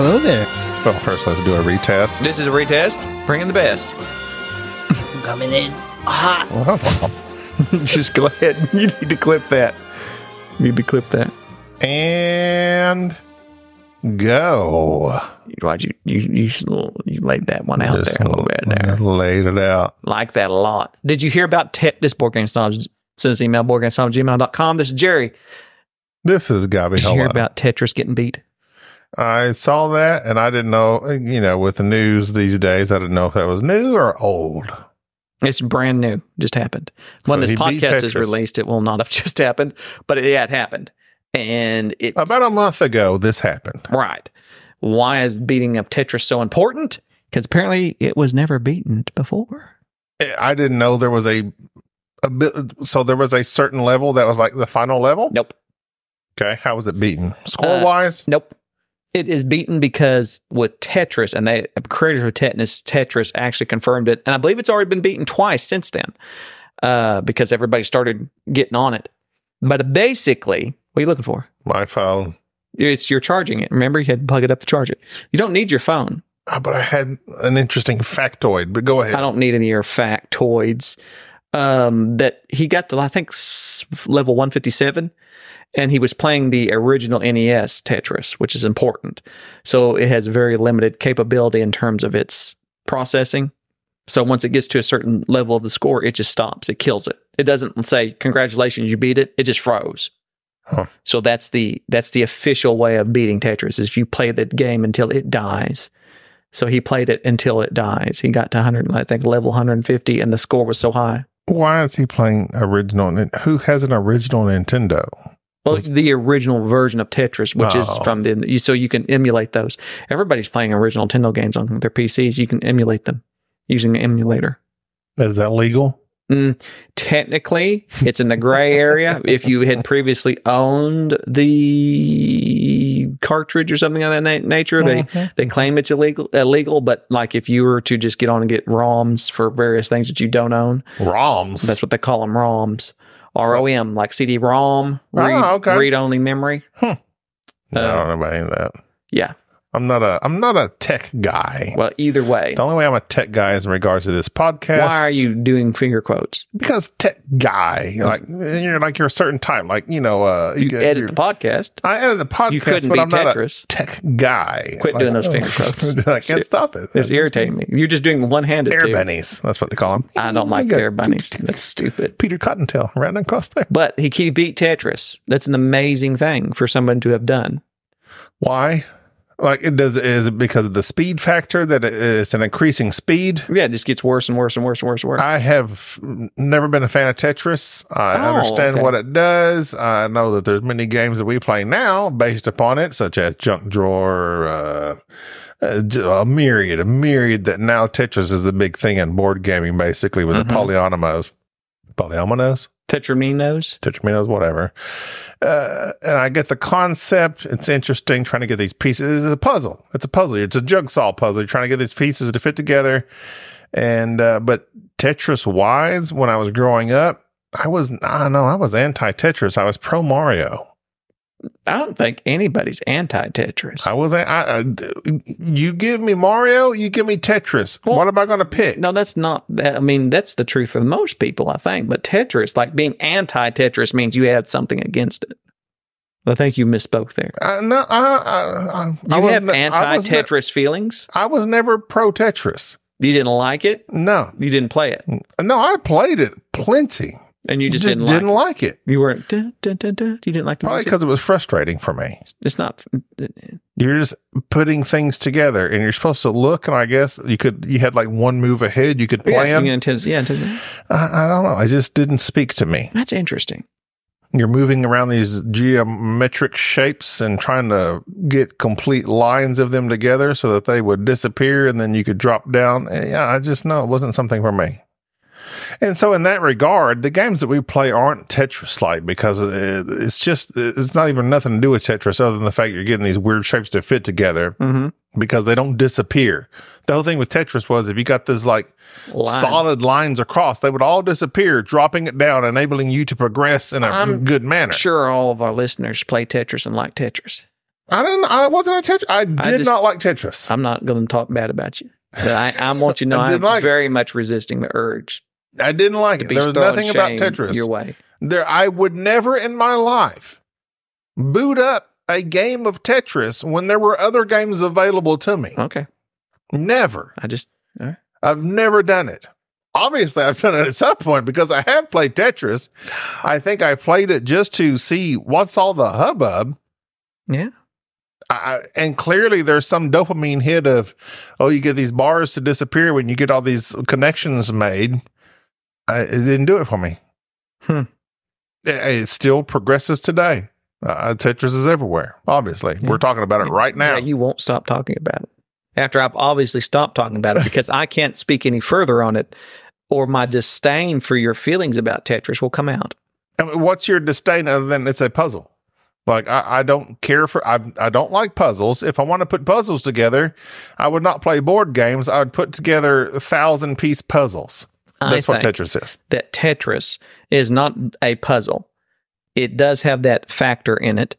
Hello there. Well, first let's do a retest. This is a retest. Bring in the best. coming in hot. Just go ahead. You need to clip that. You need to clip that. And go. Why'd you you you, s- you laid that one out Just Oh, there a little bit there? Laid it out. Like that a lot. Did you hear about te- this board game snobs? Send us an email boardgamesnobs@gmail.com. This is Jerry. This is Gabby Did you hear Hello. about Tetris getting beat? I saw that and I didn't know, you know, with the news these days, I didn't know if that was new or old. It's brand new. Just happened. When So this he beat podcast is Tetris. released, it will not have just happened, but it had happened. And it About a month ago, this happened. Right. Why is beating up Tetris so important? Because apparently it was never beaten before. I didn't know there was a, a bit, so there was a certain level that was like the final level. Nope. Okay. How was it beaten? Uh, Score wise? Nope. It is beaten because with Tetris, and they creators of Tetris, Tetris actually confirmed it, and I believe it's already been beaten twice since then, uh, because everybody started getting on it. But basically, what are you looking for? My phone. It's you're charging it. Remember, you had to plug it up to charge it. You don't need your phone. Ah, but I had an interesting factoid, but go ahead. I don't need any of your factoids. Um, that he got to, I think, s- level 157, and he was playing the original NES Tetris, which is important. So it has very limited capability in terms of its processing. So once it gets to a certain level of the score, it just stops. It kills it. It doesn't say congratulations, you beat it. It just froze. Huh. So that's the that's the official way of beating Tetris is if you play the game until it dies. So he played it until it dies. He got to 100, I think level 150, and the score was so high. Why is he playing original? Nin- Who has an original Nintendo? Well, it's the original version of Tetris, which is Oh. from the you, so you can emulate those. Everybody's playing original Nintendo games on their PCs. You can emulate them using an emulator. Is that legal? Mm, technically, it's in the gray area. If you had previously owned the cartridge or something of that na- nature, they they claim it's illegal. Illegal, but like if you were to just get on and get ROMs for various things that you don't own, ROMs. That's what they call them ROMs. R O M, like CD ROM, Oh, read, okay. read only memory. No, I don't know about any of that. Yeah. I'm not a I'm not a tech guy. Well, either way, The only way I'm a tech guy is in regards to this podcast. why are you doing finger quotes? Because tech guy, like you're like you're a certain type, like you know. Uh, You get- edit you're- the podcast. I edit the podcast, You couldn't but be I'm not a Tetris. tech guy. oh, Quit doing those finger quotes. I can't stop it. It's irritating me. You're just doing one handed. Air bunnies. That's what they call them. I don't like got air bunnies. That's stupid. Peter Cottontail right across there. But he he beat Tetris. That's an amazing thing for someone to have done. Why? Like it does is it because of the speed factor that it- it's an increasing speed? Yeah, it just gets worse and worse and worse and worse and worse. I have never been a fan of Tetris. I Oh, understand okay. what it does. I know that there's many games that we play now based upon it, such as Junk Drawer, uh, uh, j- a myriad, a myriad that now Tetris is the big thing in board gaming, basically with Mhm. the polyominoes, polyominoes, Tetraminos. Tetraminos, whatever. Uh, and I get the concept. It's interesting trying to get these pieces. It's a puzzle. It's a puzzle. It's a jigsaw puzzle. You're trying to get these pieces to fit together. And uh, but Tetris wise, when I was growing up, I was I know I was anti Tetris. I was pro Mario. I don't think anybody's anti Tetris. I was a- I, I, you give me Mario, you give me Tetris. Well, what am I going to pick? No, that's not. I mean, that's the truth for most people, I think. But Tetris, like being anti Tetris, means you had something against it. I think you misspoke there. I, Uh, no, I, I, I, I You was have ne- I anti was ne- Tetris feelings. I was never pro Tetris. You didn't like it. No, You didn't play it, no, I played it plenty. and you just, didn't, like like it. it. You weren't. Dun, dun, dun, dun. You didn't like the Probably music. because it was frustrating for me. It's not. uh, You're just putting things together, and you're supposed to look. And I guess you could. You had like one move ahead. You could Yeah, plan. you know, Tetris- yeah, Tetris. I, I don't know. It just didn't speak to me. that's interesting. You're moving around these geometric shapes and trying to get complete lines of them together so that they would disappear and then you could drop down. And yeah, I just know it wasn't something for me. And so, in that regard, the games that we play aren't Tetris like because it- it's just, it's not even nothing to do with Tetris other than the fact you're getting these weird shapes to fit together hmm because they don't disappear. The whole thing with Tetris was if you got this like solid lines across, they would all disappear, dropping it down, enabling you to progress in a I'm good manner. Sure, all of our listeners play Tetris and like Tetris. I didn't. I wasn't a Tetris. I did just- not like Tetris. I'm not going to talk bad about you, but I, I want you to know I I'm didn't like it. very much resisting the urge I didn't like to it. be There was throwing nothing about shame Tetris. your way. There, I would never in my life boot up a game of Tetris when there were other games available to me. Okay, Never. I just I've never done it. Obviously, I've done it at some point because I have played Tetris. I think I played it just to see what's all the hubbub. Yeah. I, I- and clearly, there's some dopamine hit of, oh, you get these bars to disappear when you get all these connections made. I, it didn't do it for me. Hmm. It, it still progresses today. Uh, Tetris is everywhere, obviously. Yeah. We're talking about it right now. Yeah, you won't stop talking about it after I've obviously stopped talking about it because I can't speak any further on it, or my disdain for your feelings about Tetris will come out. I mean, what's your disdain other than it's a puzzle? Like I, I don't care for I I don't like puzzles. If I want to put puzzles together, I would not play board games. I would put together thousand piece puzzles. That's I what think Tetris is. that Tetris is not a puzzle. It does have that factor in it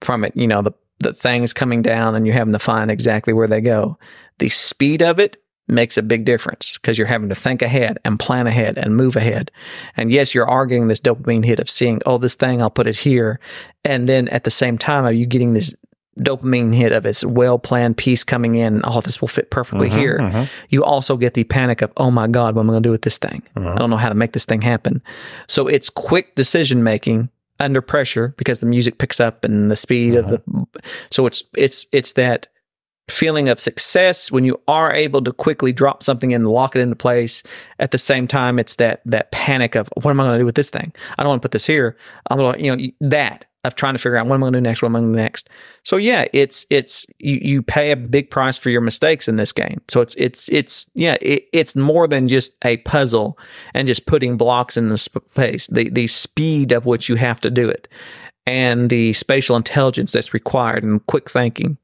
from it, you know, the, the things coming down and you're having to find exactly where they go. The speed of it makes a big difference because you're having to think ahead and plan ahead and move ahead. And yes, you're arguing this dopamine hit of seeing, oh, this thing, I'll put it here. And then at the same time, are you getting this dopamine hit of it's well planned piece coming in? Oh, this will fit perfectly Mhm, here mhm, you also get the panic of, oh my God, what am I going to do with this thing? Mhm. I don't know how to make this thing happen. So it's quick decision making under pressure because the music picks up and the speed of the. So it's it's it's that feeling of success when you are able to quickly drop something and lock it into place. At the same time, it's that that panic of what am I going to do with this thing? I don't want to put this here. I'm going to you know that of trying to figure out what am I going to do next? What am I going to do next? So yeah, it's it's you you pay a big price for your mistakes in this game. So it's it's it's yeah, it, it's more than just a puzzle and just putting blocks in the sp- space. The the speed of which you have to do it, and the spatial intelligence that's required, and quick thinking.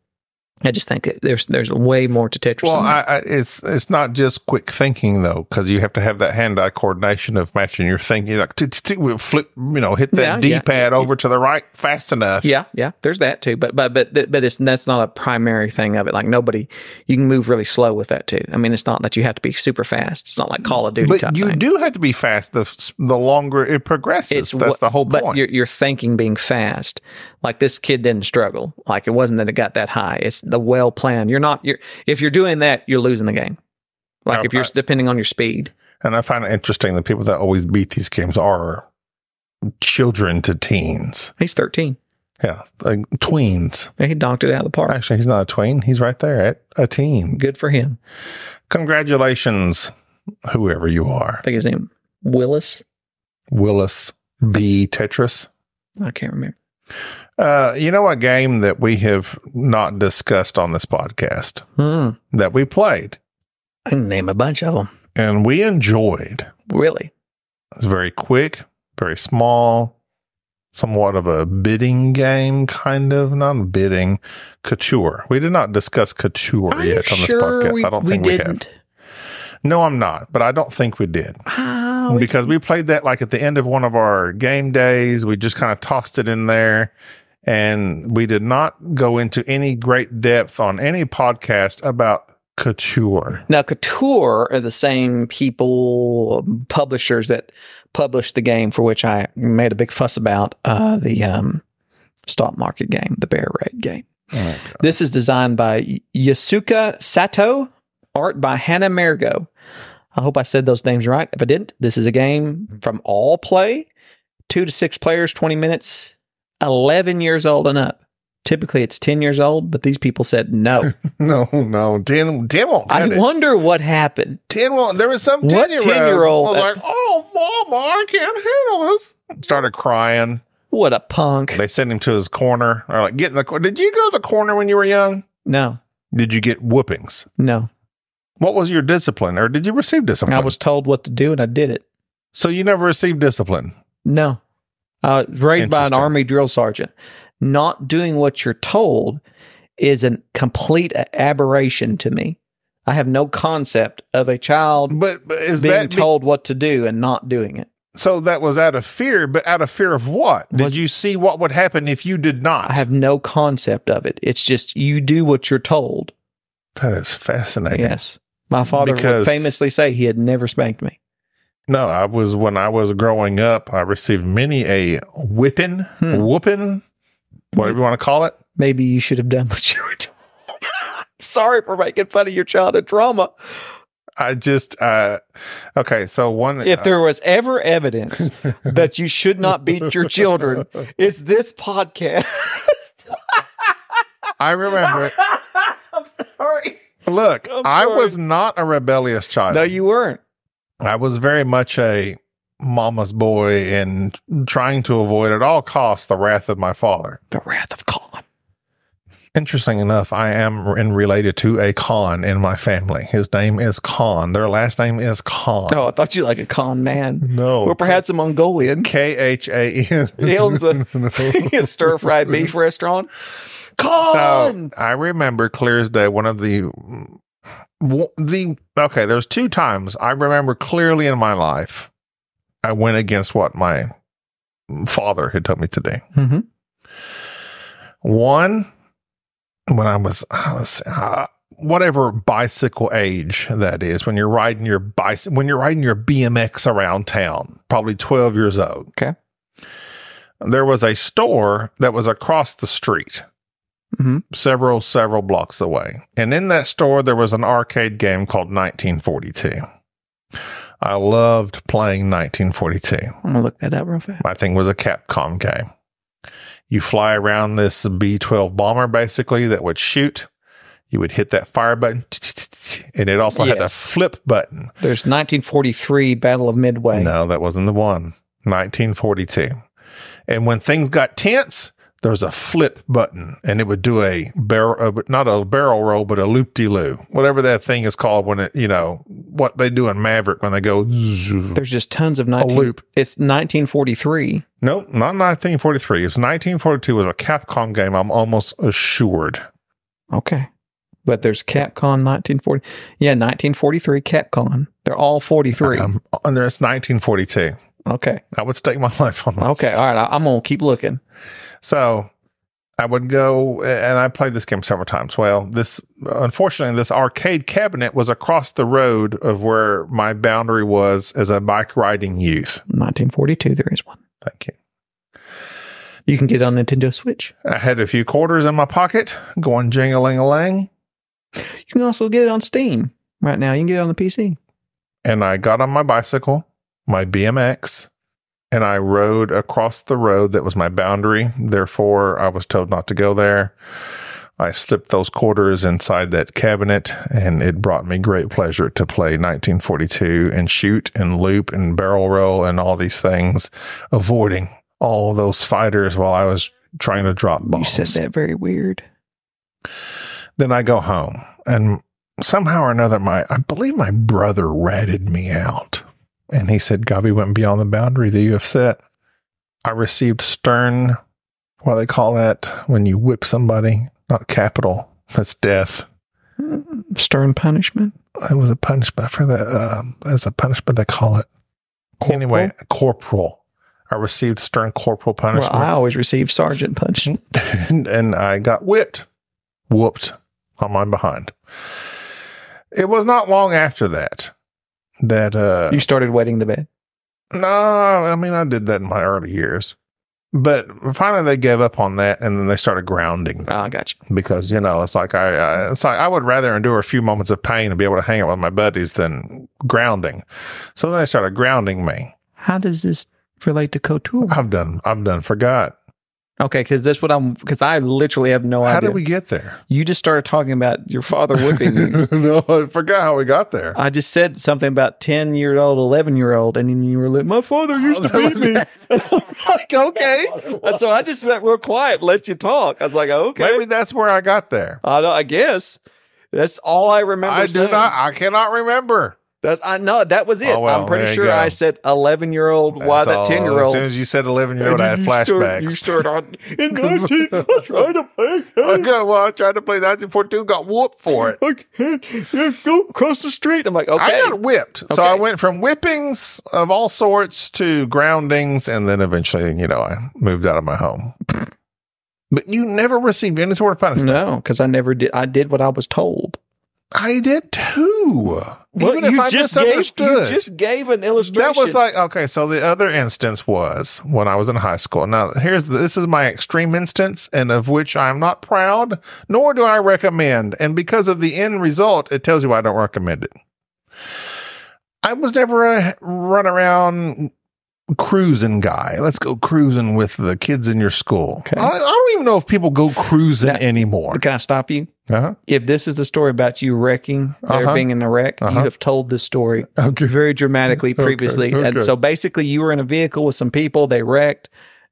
I just think that there's there's way more to Tetris. Well, than that. I, I, it's it's not just quick thinking though, because you have to have that hand-eye coordination of matching your thinking. Like, t- t- t- we'll flip, you know, hit that Yeah, yeah. D-pad over to the right fast enough. yeah, yeah. There's that too, but but but but it's that's not a primary thing of it. Like nobody, you can move really slow with that too. I mean, it's not that you have to be super fast. It's not like Call of Duty. but type you thing. do have to be fast. The f- the longer it progresses, that's what- the whole But point. you're, you're thinking being fast. Like this kid didn't struggle. Like it wasn't that it got that high. It's the well planned. You're not. You're if you're doing that, you're losing the game. Like Um, if you're I- depending on your speed. And I find it interesting that people that always beat these games are children to teens. He's 13. Yeah, like tweens. He donked it out of the park. Actually, he's not a tween. He's right there at a teen. Good for him. Congratulations, whoever you are. I think his name Willis. Willis B. Tetris. I can't remember. Uh, you know, a game that we have not discussed on this podcast Hmm. that we played I can name a bunch of them. and we enjoyed. Really? It's very quick, very small, somewhat of a bidding game, kind of not bidding, couture. We did not discuss couture Are you yet on this sure podcast. we- I don't we think we, have. didn't? No, I'm not, but I don't think we did Ah, we- because we played that like at the end of one of our game days. We just kind of tossed it in there. And we did not go into any great depth on any podcast about couture. Now, Couture are the same people, publishers that published the game for which I made a big fuss about uh, the um, stock market game, the bear raid game. Oh, This is designed by Yasuka Sato, art by Hannah Mergo. I hope I said those names right. If I didn't, this is a game from all play, two to six players, 20 minutes, 11 years old and up. Typically it's 10 years old, but these people said no. no, no. Dan, Dan won't I get it. wonder what happened. Dan won't. There was some What 10 year old. 10-year-old? was like, oh, mama, I can't handle this. Started crying. What a punk. They sent him to his corner. They're like, get in the corner. Did you go to the corner when you were young? No, Did you get whoopings? no. What was your discipline, or did you receive discipline? I was told what to do and I did it. so you never received discipline. No. Uh, raised by an Interesting. army drill sergeant. Not doing what you're told is a complete aberration to me. I have no concept of a child But, but is being that be- told what to do and not doing it. so? That was out of fear, but out of fear of what? Did Was- you see what would happen if you did not? I have no concept of it. It's just you do what you're told. That is fascinating. Yes. My father Because- would famously say he had never spanked me. No, I was when I was growing up. I received many a whipping, Hmm. whooping, whatever you want to call it. Maybe you should have done what you were told. Sorry for making fun of your childhood trauma. I just uh okay. So one If there was ever evidence that you should not beat your children, it's this podcast. I remember. I'm sorry. Look, I'm I sorry. was not a rebellious child. No, you weren't. I was very much a mama's boy and trying to avoid at all costs the wrath of my father. The wrath of Khan. Interesting enough, I am in related to a Khan in my family. His name is Khan. Their last name is Khan. Oh, I thought you like a con man. no. Or perhaps a Mongolian. K H A N. He owns a, stir fried beef restaurant. Con! So I remember clear as day one of the w- the okay. There's two times I remember clearly in my life I went against what my father had told me to do. Mhm. One when I was I was uh, whatever bicycle age that is when you're riding your bicycle when you're riding your BMX around town, probably 12 years old. Okay. There was a store that was across the street mm-hmm. Mhm. several, several blocks away. And in that store, there was an arcade game called 1942. I loved playing 1942. I'm going to look that up real fast. My thing was a Capcom game. You fly around this B 12 bomber basically that would shoot. You would hit that fire button, and it also had a Yes. flip button. There's 1943 Battle of Midway. No, that wasn't the one. 1942. And when things got tense, there's a flip button and it would do a barrel, uh, not a barrel roll, but a loop de loo, whatever that thing is called when it, you know, what they do in Maverick when they go, zoo. There's just tons of a 19. loop. It's 1943. Nope, not 1943. It was 1942 was a Capcom game, I'm almost assured. Okay. But there's Capcom 1940. Yeah, 1943 Capcom. They're all 43. Um, and there's 1942. okay. I would stake my life on this. Okay. All right. I, I'm going to keep looking. So I would go and I played this game several times. Well, this unfortunately this arcade cabinet was across the road of where my boundary was as a bike riding youth. 1942, there is one. Thank you. You can get it on Nintendo Switch. I had a few quarters in my pocket going jingling a lang, You can also get it on Steam right now. You can get it on the PC. and I got on my bicycle, my BMX, and I rode across the road that was my boundary. Therefore, I was told not to go there. I slipped those quarters inside that cabinet, and it brought me great pleasure to play 1942 and shoot and loop and barrel roll and all these things, avoiding all those fighters while I was trying to drop You bombs. said that very weird. Then I go home, and somehow or another, my I believe my brother ratted me out, and he said Gabi went beyond the boundary that you have set. I received stern, what do they call that when you whip somebody, not capital, that's death. Stern punishment. It was a punishment for the um, as a punishment they call it. Anyway, corporal. I received stern corporal Well, punishment, I always receive sergeant punishment. and, and I got whipped, whooped on my behind. It was not long after that that uh, You started wetting the bed. no, I mean I did that in my early years. But finally, they gave up on that, and then they started grounding Ah, I got you. because you know it's like I, I it's like I would rather endure a few moments of pain and be able to hang out with my buddies than grounding. So then they started grounding me. How does this relate to Couture? I've done. I've done. Forgot. Okay, because that's what I'm. Because I literally have no how idea. did we get there? you just started talking about your father whipping you. no, I forgot how we got there. I just said something about ten year old, eleven year old, and then you were like, "My father used to that beat was me." it. like, okay, and so I just sat real quiet, and let you talk. I was like, "Okay, Maybe that's where I got there. I, don't- I guess." That's all I remember. I do saying. not. I cannot remember. That I know that was it. Oh, well, I'm pretty there you sure go. I said eleven year old. Why That's all. that ten year As old? soon as you said eleven year old, I had You flashbacks. start on in nineteen. I tried to I play. got, well, I tried to play 1914, got whooped for it. I can't yeah, go across the street. I'm like, okay, I got whipped. So I Okay. went from whippings of all sorts to groundings. And then eventually, you know, I moved out of my home. but you never received any sort of punishment. no, because I never did. I did what I was told. I did too. Mm. Well, Even if I gave, you misunderstood. just gave an illustration. That was like okay. So the other instance was when I was in high school. Now here's this is my extreme instance, and of which I am not proud, nor do I recommend. And because of the end result, it tells you why I don't recommend it. I was never a run around cruising guy. Let's go cruising with the kids in your school. Okay. I, I don't even know if people go cruising That- anymore. Can I stop you? Uh-huh. If this is the story about you wrecking, there Uh-huh. being in a wreck, Uh-huh. you have told this story Okay. very dramatically Okay, previously. okay. And so basically, you were in a vehicle with some people. They wrecked.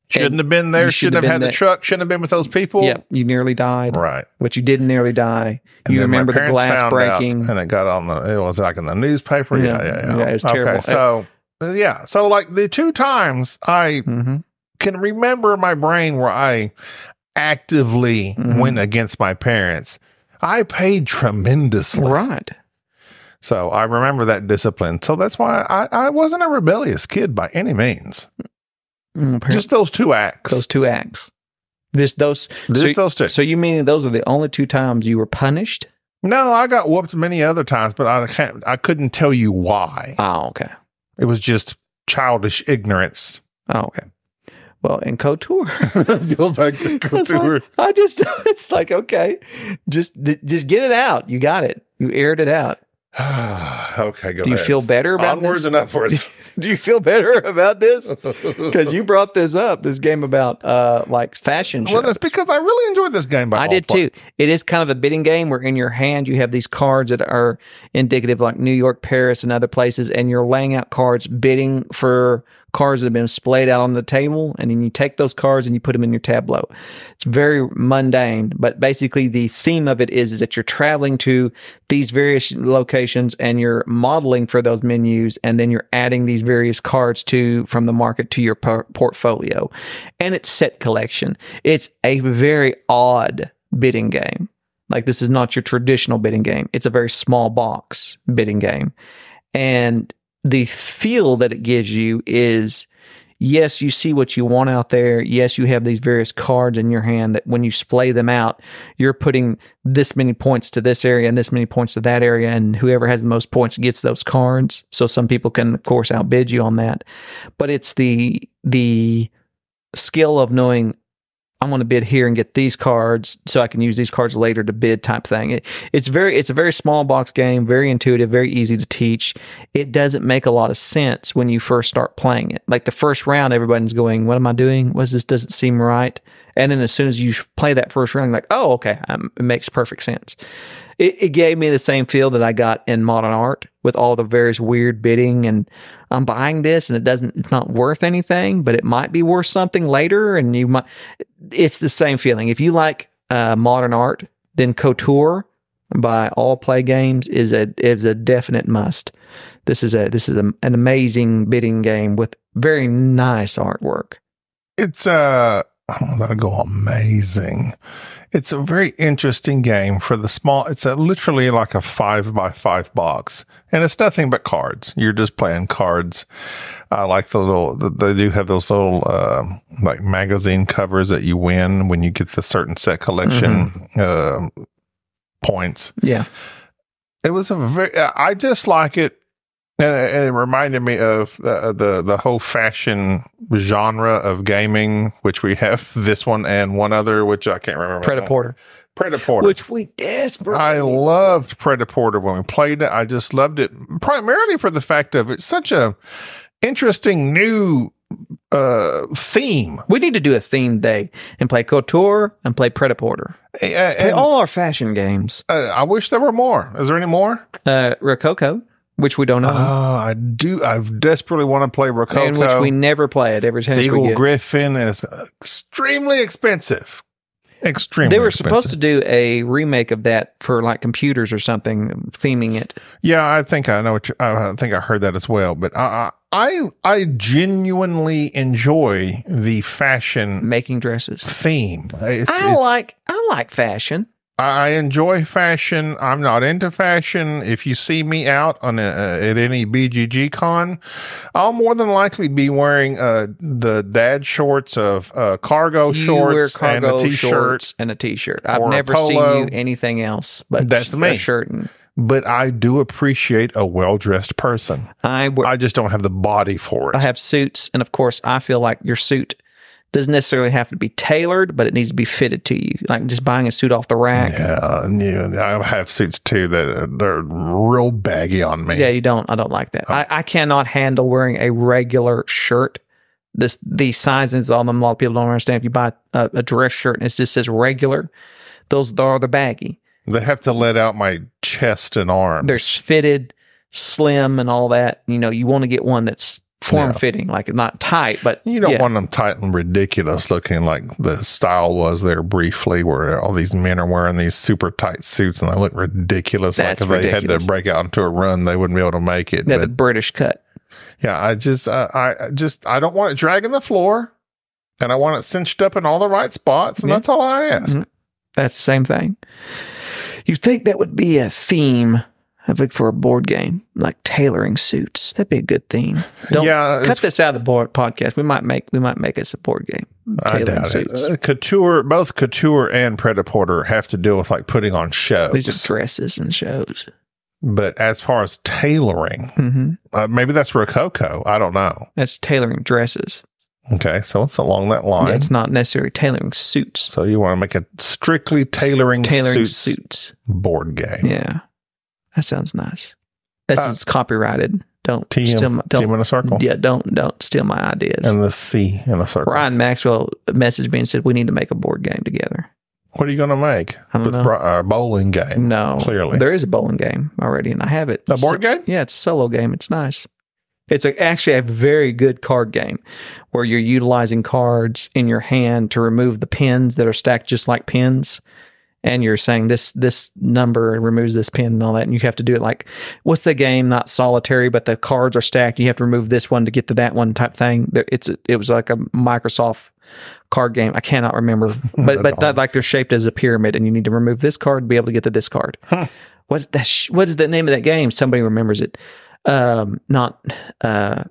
Shouldn't have been you there. should Shouldn't have, have had been the there. truck. Shouldn't have been with those people. Yeah, you nearly died. Right. but you didn't nearly die. And you then my remember the parents glass found breaking. out, and it got on the. It was like in the newspaper. Yeah, Yeah, yeah, yeah. yeah, it was terrible. Okay, so yeah, so like the two times I Mhm. can remember in my brain where I actively Mhm. went against my parents. I paid tremendously. Right. So I remember that discipline. So that's why I, I wasn't a rebellious kid by any means. Mm, apparently. Just those two acts. those two acts. This those. Just so, those two. so you mean those are the only two times you were punished? no, I got whooped many other times, but I can't I couldn't tell you why. Oh, okay. It was just childish ignorance. Oh, okay. Well, in couture, Let's go back to That's fine. couture. I just it's like okay, just just get it out. You got it. You aired it out. okay, go Do you ahead. feel better about onwards this? and upwards? Do you feel better about this? Because you brought this up, this game about uh like fashion. well, shows. that's because I really enjoyed this game. By I all did play- too. It is kind of a bidding game where in your hand you have these cards that are indicative like New York, Paris, and other places, and you're laying out cards bidding for cards that have been displayed out on the table, and then you take those cards and you put them in your tableau. It's very mundane, but basically the theme of it is, is that you're traveling to these various locations and you're modeling for those menus, and then you're adding these various cards to from the market to your por- portfolio, and it's set collection. It's a very odd bidding game. Like this is not your traditional bidding game. It's a very small box bidding game. And the feel that it gives you is yes, you see what you want out there. Yes, you have these various cards in your hand that when you splay them out, you're putting this many points to this area and this many points to that area and whoever has the most points gets those cards. So some people can of course outbid you on that. But it's the the skill of knowing I'm going to bid here and get these cards so I can use these cards later to bid type thing. It, it's very it's a very small box game, very intuitive, very easy to teach. It doesn't make a lot of sense when you first start playing it. Like the first round everybody's going, "What am I doing? What is this doesn't seem right." And then as soon as you play that first round, you're like, "Oh, okay, um, it makes perfect sense." It, it gave me the same feel that I got in modern art with all the various weird bidding and I'm buying this and it doesn't it's not worth anything, but it might be worth something later and you might it's the same feeling. If you like uh, modern art, then Couture by All Play Games is a is a definite must. This is a this is a, an amazing bidding game with very nice artwork. It's uh, I don't know that'll go amazing. It's a very interesting game for the small. It's a, literally like a five by five box, and it's nothing but cards. You're just playing cards. I like the little. the- They do have those little uh, like magazine covers that you win when you get the certain set collection Mm-hmm. uh, points. Yeah, It was a very. I just like it And, and it reminded me of uh, the the whole fashion genre of gaming, which we have this one and one other, which I can't remember. Predator Porter, Predator Porter. which we desperately I loved Predator Porter when we played it. I just loved it primarily for the fact of it's such a interesting new uh theme. we need to do a theme day and play Couture and play Predator Porter. A- a- Play and, all our fashion games. uh, I wish there were more. Is there any more? Uh, Rococo, which we don't Oh, own, I do. I desperately want to play Rococo. Uh-huh. and which we never play it every chance we Siegel get. Griffin and it's extremely expensive. Extremely. They were supposed expensive. to do a remake of that for like computers or something, theming it. Yeah, I think I know what you I I think I heard that as well. But I I I I genuinely enjoy the fashion making dresses. theme. It's- I it's- like I like fashion. I I enjoy fashion. I'm not into fashion. If you see me out on a, at any BGG con, I'll more than likely be wearing uh, the dad shorts of uh, cargo You shorts wear cargo and a t-shirt. shorts and a t-shirt. I've or a never seen polo. you anything else but That's a me. shirt. And But I do appreciate a well dressed person. I wear, I, I just don't have the body for it. have suits, and of course, I feel like your suit doesn't necessarily have to be tailored, but it needs to be fitted to you. Like just buying a suit off the rack. Yeah, yeah, Uh, and, you know, I have suits too that are, they're real baggy on me. you don't. I don't like Oh. that. I, I cannot handle wearing a regular shirt. This the sizes on them. A lot of people don't understand. If you buy a, a dress shirt and it just says regular, those are the baggy. They have to let out my chest and arms. there's fitted, slim, and all that. You know, you want to get one that's form fitting, like not tight, but You don't yeah. want them tight and ridiculous looking like the style was there briefly, where all these men are wearing these super tight suits and they look ridiculous. That's like if they had ridiculous. to break out into a run, they wouldn't be able to make it. yeah, the but British cut. yeah, I just, uh, I I just, I don't want it dragging the floor, and I want it cinched up in all the right spots, and Yeah. that's all I ask. Mhm. That's the same thing. You think that would be a theme? I think for a board game, like tailoring suits, that'd be a good theme. Don't yeah, cut it's- this out of the board podcast. We might make we might make it a board game. I tailoring doubt suits. it. Uh, couture, both couture and predator Porter have to deal with like putting on These are shows, dresses and shows. but as far as tailoring, hmm uh, maybe that's Rococo. I don't know. That's tailoring dresses. Okay, so it's along that Yeah, line. it's not necessarily tailoring suits. So you want to make a strictly tailoring, Tailoring suits, suits. board game. Yeah, that sounds nice. This Uh, is copyrighted. Don't TM, steal my TM don't in a circle. yeah don't don't steal my ideas. And the C in a circle. Ryan Maxwell messaged me and said we need to make a board game together. What are you going to make? I don't With know. bro- uh, bowling game. No, Clearly. there is a bowling game already, and I have it. A board game? Yeah, it's a solo game. It's nice. It's a, actually a very good card game where you're utilizing cards in your hand to remove the pins that are stacked just like pins. And you're saying this this number removes this pin and all that, and you have to do it like what's the game? Not solitary, but the cards are stacked. You have to remove this one to get to that one type thing. There- It's a- it was like a Microsoft card game. I cannot remember, but but that, like they're shaped as a pyramid, and you need to remove this card to be able to get to this card. What's that? Sh- what is the name of that game? Somebody remembers it. Um, not uh,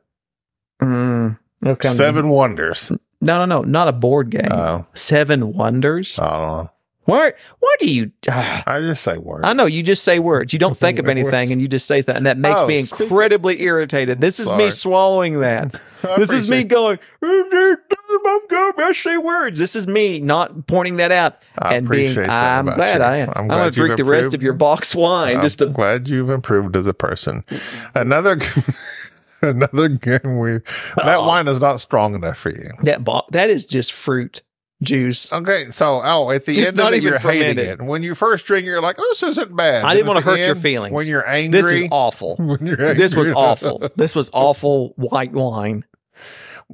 mm, it'll come to me. Seven Wonders. No, no, no, not a board game. Uh, Seven Wonders. I don't know. Where? What do you? ah, I just say word. I know you just say words. You don't think of Words. anything, and you just say that, and that makes Oh, me speak- incredibly irritated. This is Sorry. me swallowing that. I This is me appreciate- going. "I'm good, I say words. This is me not pointing that out I and being. appreciate that I'm about glad you. I am. I'm I'm, glad going you've to drink the rest improved. of your box wine I'm just to glad you've improved as a person. Another. Another game we that wine is not strong enough for you. That bo- that is just fruit juice. Okay, so oh, at the It's end not of it, even you're hating fermented. it. When you first drink, it, you're like, "This isn't bad." And I didn't at wanna the hurt your end, feelings. When you're angry, This is awful. when you're This was angry. awful. This was awful white wine.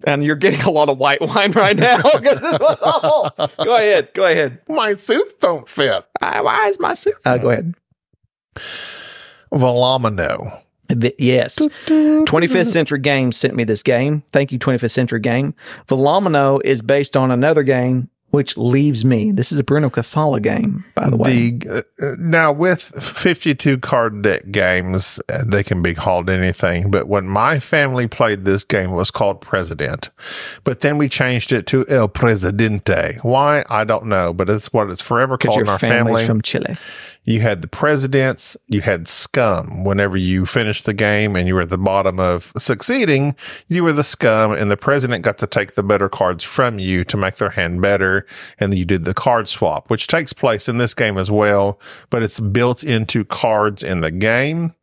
And you're getting a lot of white wine right now 'cause this was awful. Go ahead. Go ahead. My suits don't fit. Ah, Why is my soup? Uh, go ahead. Volumino. The- yes. 25th Century Games sent me this game. Thank you, 25th Century Game. Volumino is based on another game which leaves me. This is a Bruno Cathala game, by the way. The uh, now with 52 card deck games, uh, they can be called anything. But when my family played this game, it was called President. But then we changed it to El Presidente. Why I don't know, but it's what it's forever Because called your in our family's family. from Chile. you had the presidents, you had scum. Whenever you finished the game and you were at the bottom of succeeding, you were the scum, and the president got to take the better cards from you to make their hand better. And you did the card swap, which takes place in this game as well, but it's built into cards in the game.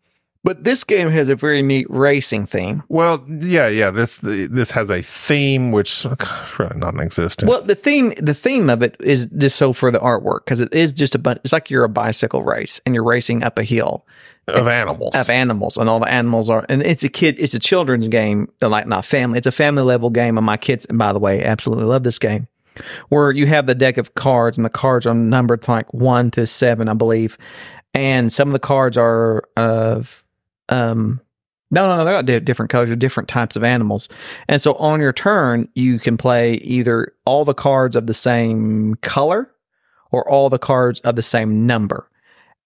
But this game has a very neat racing theme. Well, yeah, yeah. This this has a theme which is really non-existent. Well, the theme the theme of it is just so for the artwork because it is just a bunch. It's like you're a bicycle race and you're racing up a hill of animals. of animals, and all the animals are. And it's a kid. It's a children's game. they're Like not family. It's a family level game. And my kids, and by the way, absolutely love this game. Where you have the deck of cards and the cards are numbered like one to seven, I believe, and some of the cards are of um. No, no, no, they're not di- different colors. They're different types of animals. And so on your turn, you can play either all the cards of the same color or all the cards of the same number.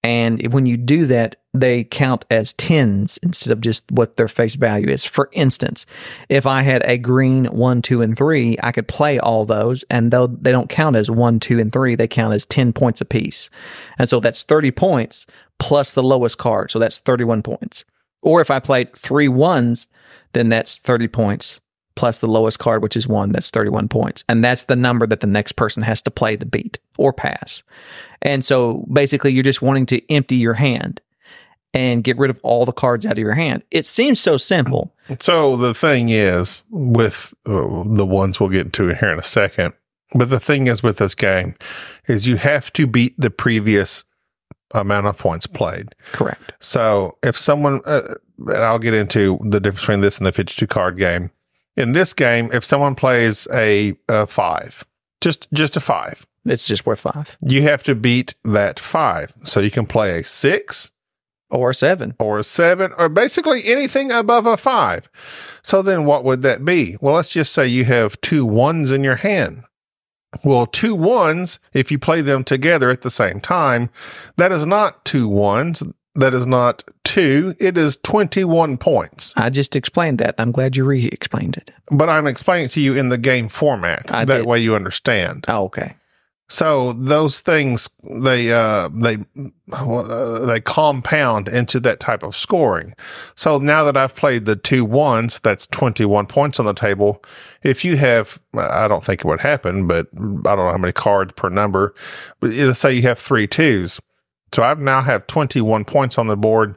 And when you do that, they count as tens instead of just what their face value is. For instance, if I had a green one, two, and three, I could play all those, and though they don't count as one, two, and three, they count as 10 points apiece. And so that's 30 points plus the lowest card. So that's 31 points. Or if I played three ones, then that's 30 points plus the lowest card, which is one. That's 31 points. And that's the number that the next person has to play to beat or pass. And so basically, you're just wanting to empty your hand and get rid of all the cards out of your hand. It seems so simple. So the thing is, with uh, the ones we'll get to here in a second, but the thing is with this game, is you have to beat the previous amount of points played. Correct. So if someone, uh, and I'll get into the difference between this and the 52 card game. In this game, if someone plays a, a five, just just a five, It's just worth five you have to beat that five. So you can play a six, or seven. or a seven, or basically anything above a five. So then what would that be? Well, let's just say you have two ones in your hand. Well, two ones, if you play them together at the same time, that is not two ones. That is not two. It is 21 points. I just explained that. I'm glad you re explained it. But I'm explaining it to you in the game format. I that did. way you understand. Oh, okay. So those things they uh, they uh, they compound into that type of scoring. So now that I've played the two ones, that's twenty one points on the table. If you have, I don't think it would happen, but I don't know how many cards per number. But let's say you have three twos, so I now have twenty one points on the board.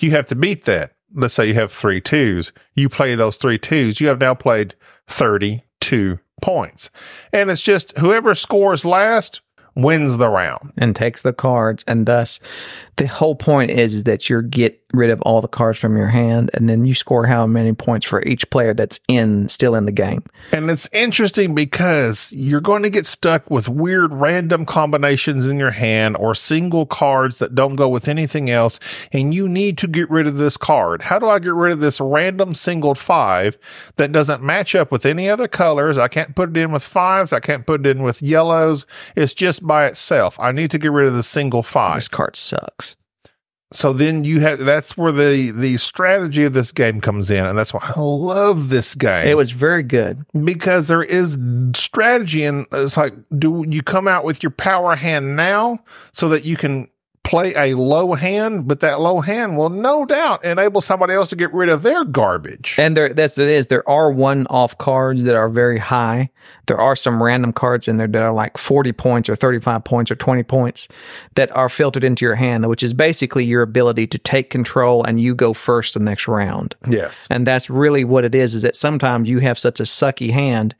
You have to beat that. Let's say you have three twos. You play those three twos. You have now played thirty two points and it's just whoever scores last wins the round. and takes the cards and thus the whole point is, is that you get rid of all the cards from your hand and then you score how many points for each player that's in still in the game And it's interesting because you're going to get stuck with weird random combinations in your hand or single cards that don't go with anything else. And you need to get rid of this card. How do I get rid of this random single five that doesn't match up with any other colors? I can't put it in with fives. I can't put it in with yellows. It's just by itself. I need to get rid of the single five. this card sucks so then you have that's where the the strategy of this game comes in and that's why i love this game it was very good because there is strategy and it's like do you come out with your power hand now so that you can play a low hand but that low hand will no doubt enable somebody else to get rid of their garbage and there that's it is there are one off cards that are very high there are some random cards in there that are like 40 points or 35 points or 20 points that are filtered into your hand which is basically your ability to take control and you go first the next round yes And that's really what it is, is that sometimes you have such a sucky hand,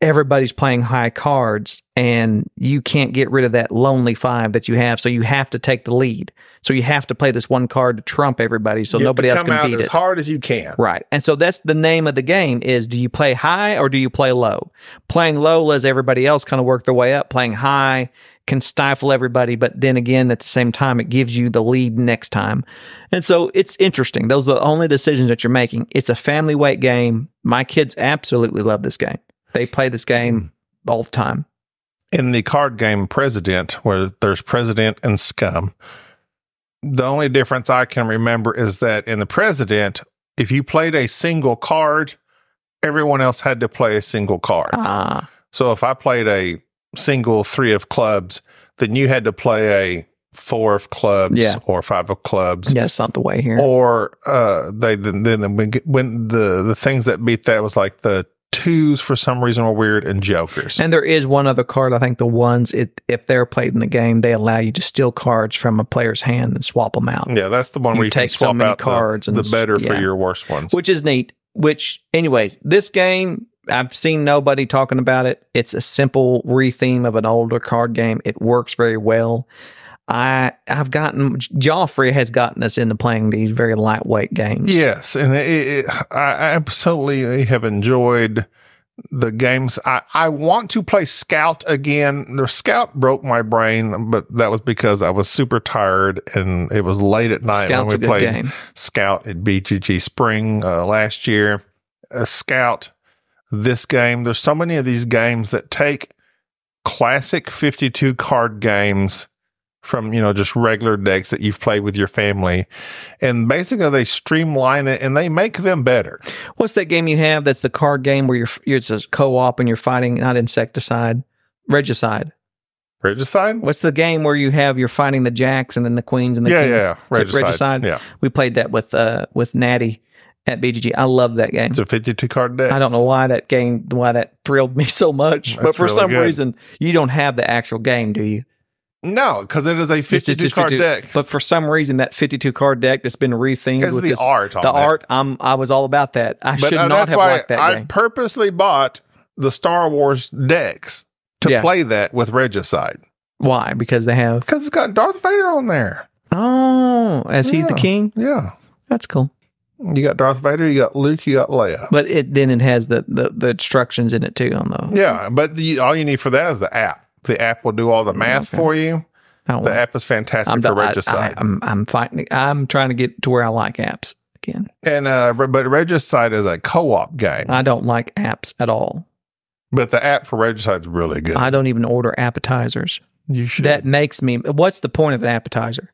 everybody's playing high cards, and you can't get rid of that lonely five that you have. So you have to take the lead. So you have to play this one card to trump everybody so You have to nobody else come out can beat as it. hard as you can Right. And so that's the name of the game is do you play high or do you play low? Playing low lets everybody else kind of work their way up. Playing high can stifle everybody, but then again at the same time it gives you the lead next time. And so it's interesting. Those are the only decisions that you're making. It's a family weight game. My kids absolutely love this game. They play this game all the time. in the card game President, where there's President and Scum, the only difference I can remember is that in the President, if you played a single card, everyone else had to play a single card. Ah, So if I played a single three of clubs, then you had to play a four of clubs Yeah. or five of clubs. yeah, it's not the way here. Or uh, they then then when- when the the things that beat that was like the twos for some reason were weird and jokers. And there is one other card. I think the ones it, if they're played in the game, they allow you to steal cards from a player's hand and swap them out, yeah, that's the one You where you can take so swap many out the- cards the, and s- better for yeah. your worst ones. which is neat. Which, anyways, this game I've seen nobody talking about it. It's a simple retheme of an older card game. It works very well. I I've gotten Joffrey has gotten us into playing these very lightweight games. Yes, and it, it, I absolutely have enjoyed the games. I, I want to play Scout again. The Scout broke my brain, but that was because I was super tired and it was late at night Scout's a when we good played game. Scout at BGG Spring uh, last year. Uh, Scout, this game. There's so many of these games that take classic 52 card games from you know just regular decks that you've played with your family and basically they streamline it and they make them better What's that game you have? That's the card game where you're, you're it's a co-op and you're fighting not insecticide, regicide. regicide What's the game where you have you're fighting the jacks and then the queens and the yeah kings? yeah Is it regicide. regicide? yeah We played that with uh with Natty at BGG. I love that game. it's a 52 card deck I don't know why that game why that thrilled me so much, but That's for really some good. reason you don't have the actual game, do you? no because it is a It's just- 52 it's card 52 deck But for some reason that 52 card deck that's been rethemed it's with the this, art on the it. art, I'm I was all about that. I should uh, not have liked that I game. purposely bought the Star Wars decks to Yeah. play that with Regicide Why? Because they have because it's got Darth Vader on there. Oh, as he's the Yeah. king. Yeah, That's cool. you got Darth Vader, you got Luke, you got Leia. But it then it has the the, the instructions in it too on the Yeah, but the, all you need for that is the app. The app will do all the math Okay. for you. I don't The want- app is fantastic I'm, for I, Regicide. am I'm fighting. I'm trying to get to where I like apps again. and uh, re- but Regicide is a co-op game, I don't like apps at all. but the app for Regicide is really good. I don't even order appetizers. you should. That makes me. What's the point of an appetizer?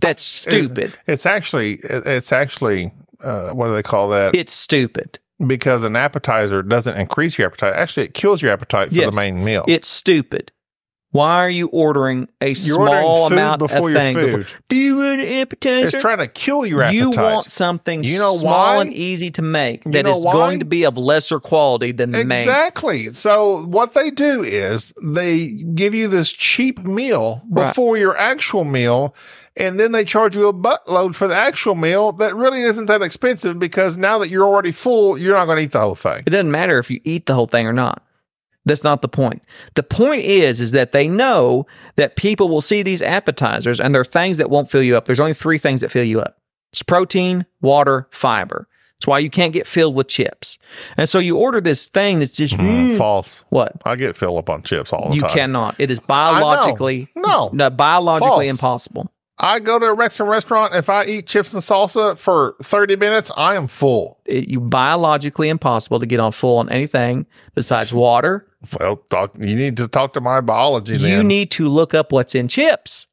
That's stupid. it's actually it- it's actually uh, what do they call that? It's stupid. because an appetizer doesn't increase your appetite. Actually, it kills your appetite for Yes. the main meal. It's stupid. Why are you ordering a You're small ordering food amount before of your thing? food. Do you want an It's appetizer? trying to kill your appetite. you want something You know small why? and easy to make You that know is why? going to be of lesser quality than the main. exactly. So what they do is they give you this cheap meal Right. before your actual meal, and then they charge you a buttload for the actual meal that really isn't that expensive because now that you're already full, you're not going to eat the whole thing. It doesn't matter if you eat the whole thing or not. That's not the point. The point is, is that they know that people will see these appetizers and they're things that won't fill you up. There's only three things that fill you up. It's protein, water, fiber. That's why you can't get filled with chips. And so you order this thing that's just Mm, mm, False. what I get fill up on chips all the you time. cannot. It is biologically No. no biologically False. impossible. I go to a Mexican restaurant. If I eat chips and salsa for 30 minutes, I am full. It, you biologically impossible to get on full on anything besides water. Well, talk, you need to talk to my biology then. You need to look up what's in chips.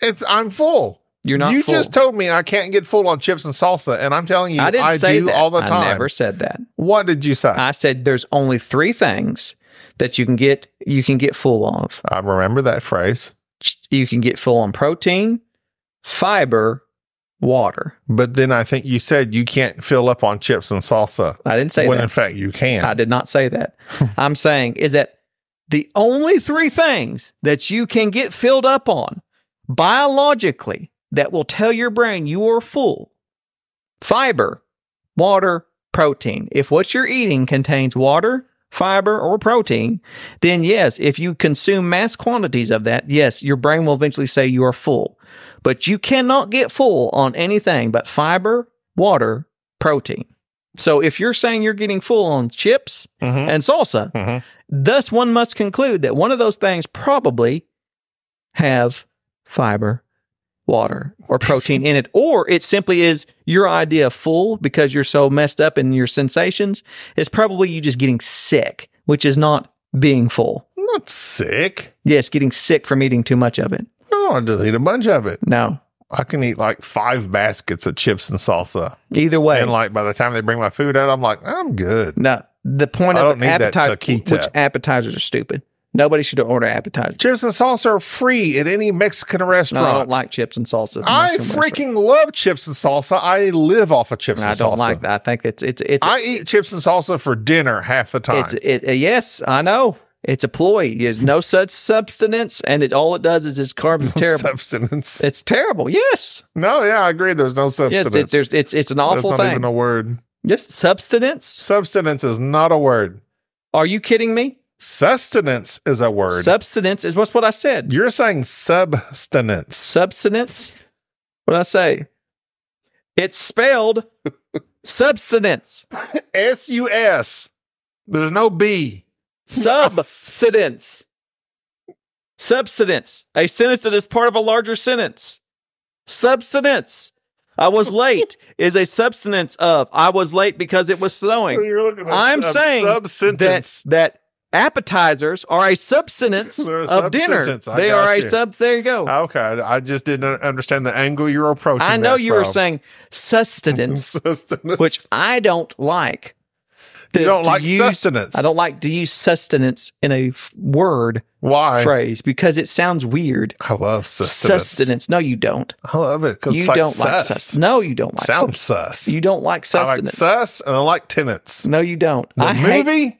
it's I'm full. You're not you full. just told me I can't get full on chips and salsa, and I'm telling you, I I, didn't say do that. all the I time. never said that. What did you say? I, I said there's only three things that you can get you can get full of. remember that phrase, You can get full on protein, fiber, water. but then I think you said you can't fill up on chips and salsa I didn't say when in that. fact you can. I did not say that. I'm saying is that the only three things that you can get filled up on biologically that will tell your brain you are full. Fiber, water, protein. If what you're eating contains water, fiber, or protein, then yes, if you consume mass quantities of that, yes, your brain will eventually say you are full. But you cannot get full on anything but fiber, water, protein. So if you're saying you're getting full on chips Mhm. and salsa, Mhm. thus one must conclude that one of those things probably have fiber, water, or protein in it, or it simply is your idea of full because you're so messed up in your sensations. It's probably you just getting sick, which is not being full. I'm not sick. Yes, getting sick from eating too much of it. No, I just eat a bunch of it. No. I can eat like five baskets of chips and salsa. Either way. And like by the time they bring my food out, I'm like, I'm good. no. The point I of don't an need that E. appetizer, taquito. which appetizers are stupid. Nobody should order appetizers. Chips and salsa are free at any Mexican No, restaurant. I don't like chips and salsa. at I Mexican restaurants. freaking love chips and salsa. I live off of chips I and don't salsa. like that. I think it's it's it's I eat chips and salsa for dinner half the time. it's it, uh, yes, I know. It's a ploy. There's no such substance, and it all it does is just carbs. It's terrible. substance. It's terrible. Yes, No, yeah, I agree. There's no yes. substance. It, there's it's it's an awful That's not thing. even a word. yes, substance. Substance is not a word. Are you kidding me? Sustenance is a word. Substance is what's what I said. You're saying substance. Substance. What I say? It's spelled substance. S U S. There's no B. Subsidence. Subsidence. A sentence that is part of a larger sentence. Subsidence. I was late is a substance of I was late because it was snowing. You're looking at I'm sub- saying subsentence. That, that appetizers are a substance They're a of dinner. subsentence. I They got are a you. sub. There you go. Okay, I just didn't understand the angle you were approaching. I know that you were from. saying sustenance, sustenance. which I don't like. you don't like sustenance. sustenance. I don't like to use sustenance in a f- word Why? phrase because it sounds weird. I love Sustenance. sustenance. No, you don't. I love it because You it's like don't like sus. sustenance. No, you don't like Sounds sustenance. sus. You don't like I like sustenance. sus and I like tenants. no, you don't. The I hate- movie.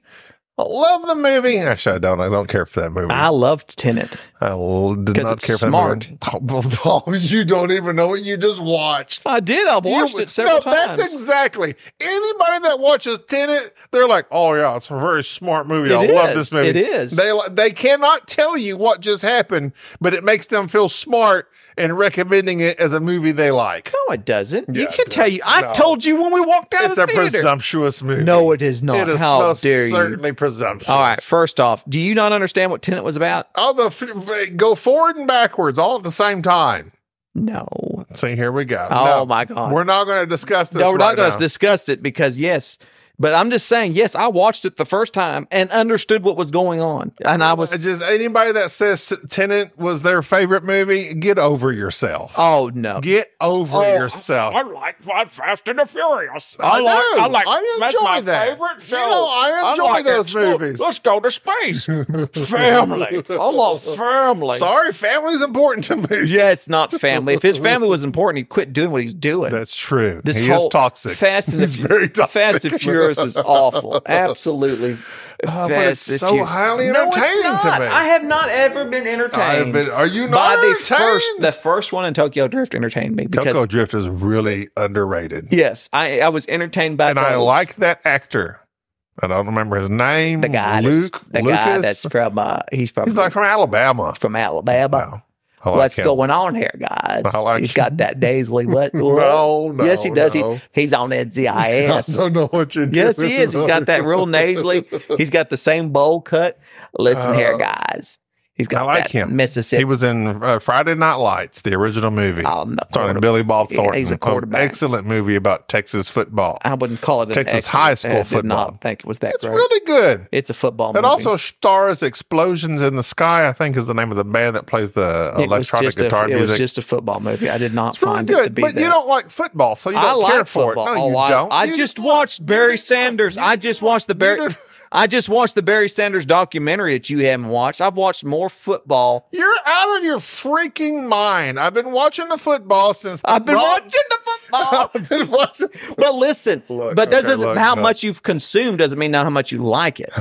I love the movie. Actually, I don't. I don't care for that movie. I loved Tenant. I l- did 'Cause not it's care smart. for that movie. Oh, you don't even know what you just watched. I did. I watched You- it several no, times. That's exactly. Anybody that watches Tenet, they're like, "Oh yeah, it's a very smart movie. I It love is. this movie." It is. They li- they cannot tell you what just happened, but it makes them feel smart in recommending it as a movie they like. no, it doesn't. you Yeah, can it tell does. you. I No. told you when we walked out It's of the a theater. presumptuous movie. No, it is It not. is How most dare you? certainly presumptuous. All right. First off, do you not understand what Tenant was about? All the f- f- go forward and backwards all at the same time. No. See, here we go. Oh No, my God. We're not going to discuss this. No, we're right not going now. to discuss it because yes, but I'm just saying yes. I watched it the first time and understood what was going on, and I was It's just anybody that says Tenant was their favorite movie, get over yourself. oh no, Get over yourself. Oh, I like Fi- Fast and the Furious. I I, like. do. I like. I that's enjoy my that. Favorite You show. know, I enjoy those explore- movies. Let's go to space. family. I love family. Sorry, family's important to me. yeah, it's not family. If his family was important, he'd quit doing what he's doing. That's true. this he whole is toxic. Fast and the He's very toxic. Fast and Furious is awful. Absolutely. Oh, but Fast it's and so Furious. highly No, it's entertaining not. to me. I have not ever been entertained. I have been. Are you by not the entertained? first the first one in Tokyo Drift entertained me because Coco Drift is really underrated, yes, I I was entertained by and I those. like that actor. I don't remember his name. the guy Luke. that's, the Lucas. guy that's from uh he's from He's like from Alabama. from Alabama. Wow. Oh, I like What's him. going on here, guys? I like he's him. got that Daisley. What? No, no, yes, he does. no. He, he's on I NCIS. don't know what you're doing. yes, he is. He's got that real nasally. He's got the same bowl cut. Listen here, Uh, guys. He's got I like that him. Mississippi. Um, He was in uh, Friday Night Lights, the original movie, I'm the starring quarterback. Billy Bob Yeah, Thornton. he's a An quarterback. excellent movie about Texas football. I wouldn't call it an Texas excellent- high school I did football. Not think it was that It's great. really good. it's a football. It movie. also stars "Explosions in the Sky." I think is the name of the band that plays the It was electronic just a- guitar It was music. just a football movie. I did not it's really find it to good, be. but that. you don't like football, so you don't I care like for football. it. No, oh, you I, don't. I You just don't. watched You Barry don't. Sanders. You I just watched the You Barry. don't. I just watched the Barry Sanders documentary that you haven't watched. I've watched more football. You're out of your freaking mind. I've been watching the football since. I've been Rob- watching the football. I've been watching. but listen, Look, but that okay, doesn't look, how no. much you've consumed doesn't mean not how much you like it.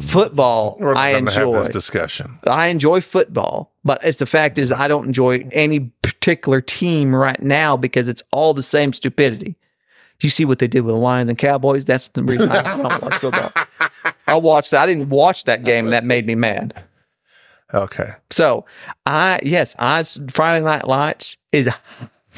football, Um, We're just I going to have enjoy. this discussion. I enjoy football, but it's the fact is I don't enjoy any particular team right now because it's all the same stupidity. Do you see what they did with the Lions and Cowboys? That's the reason I don't watch football. I watched that. I didn't watch that game. That made me mad. Okay. So I yes, I Friday Night Lights is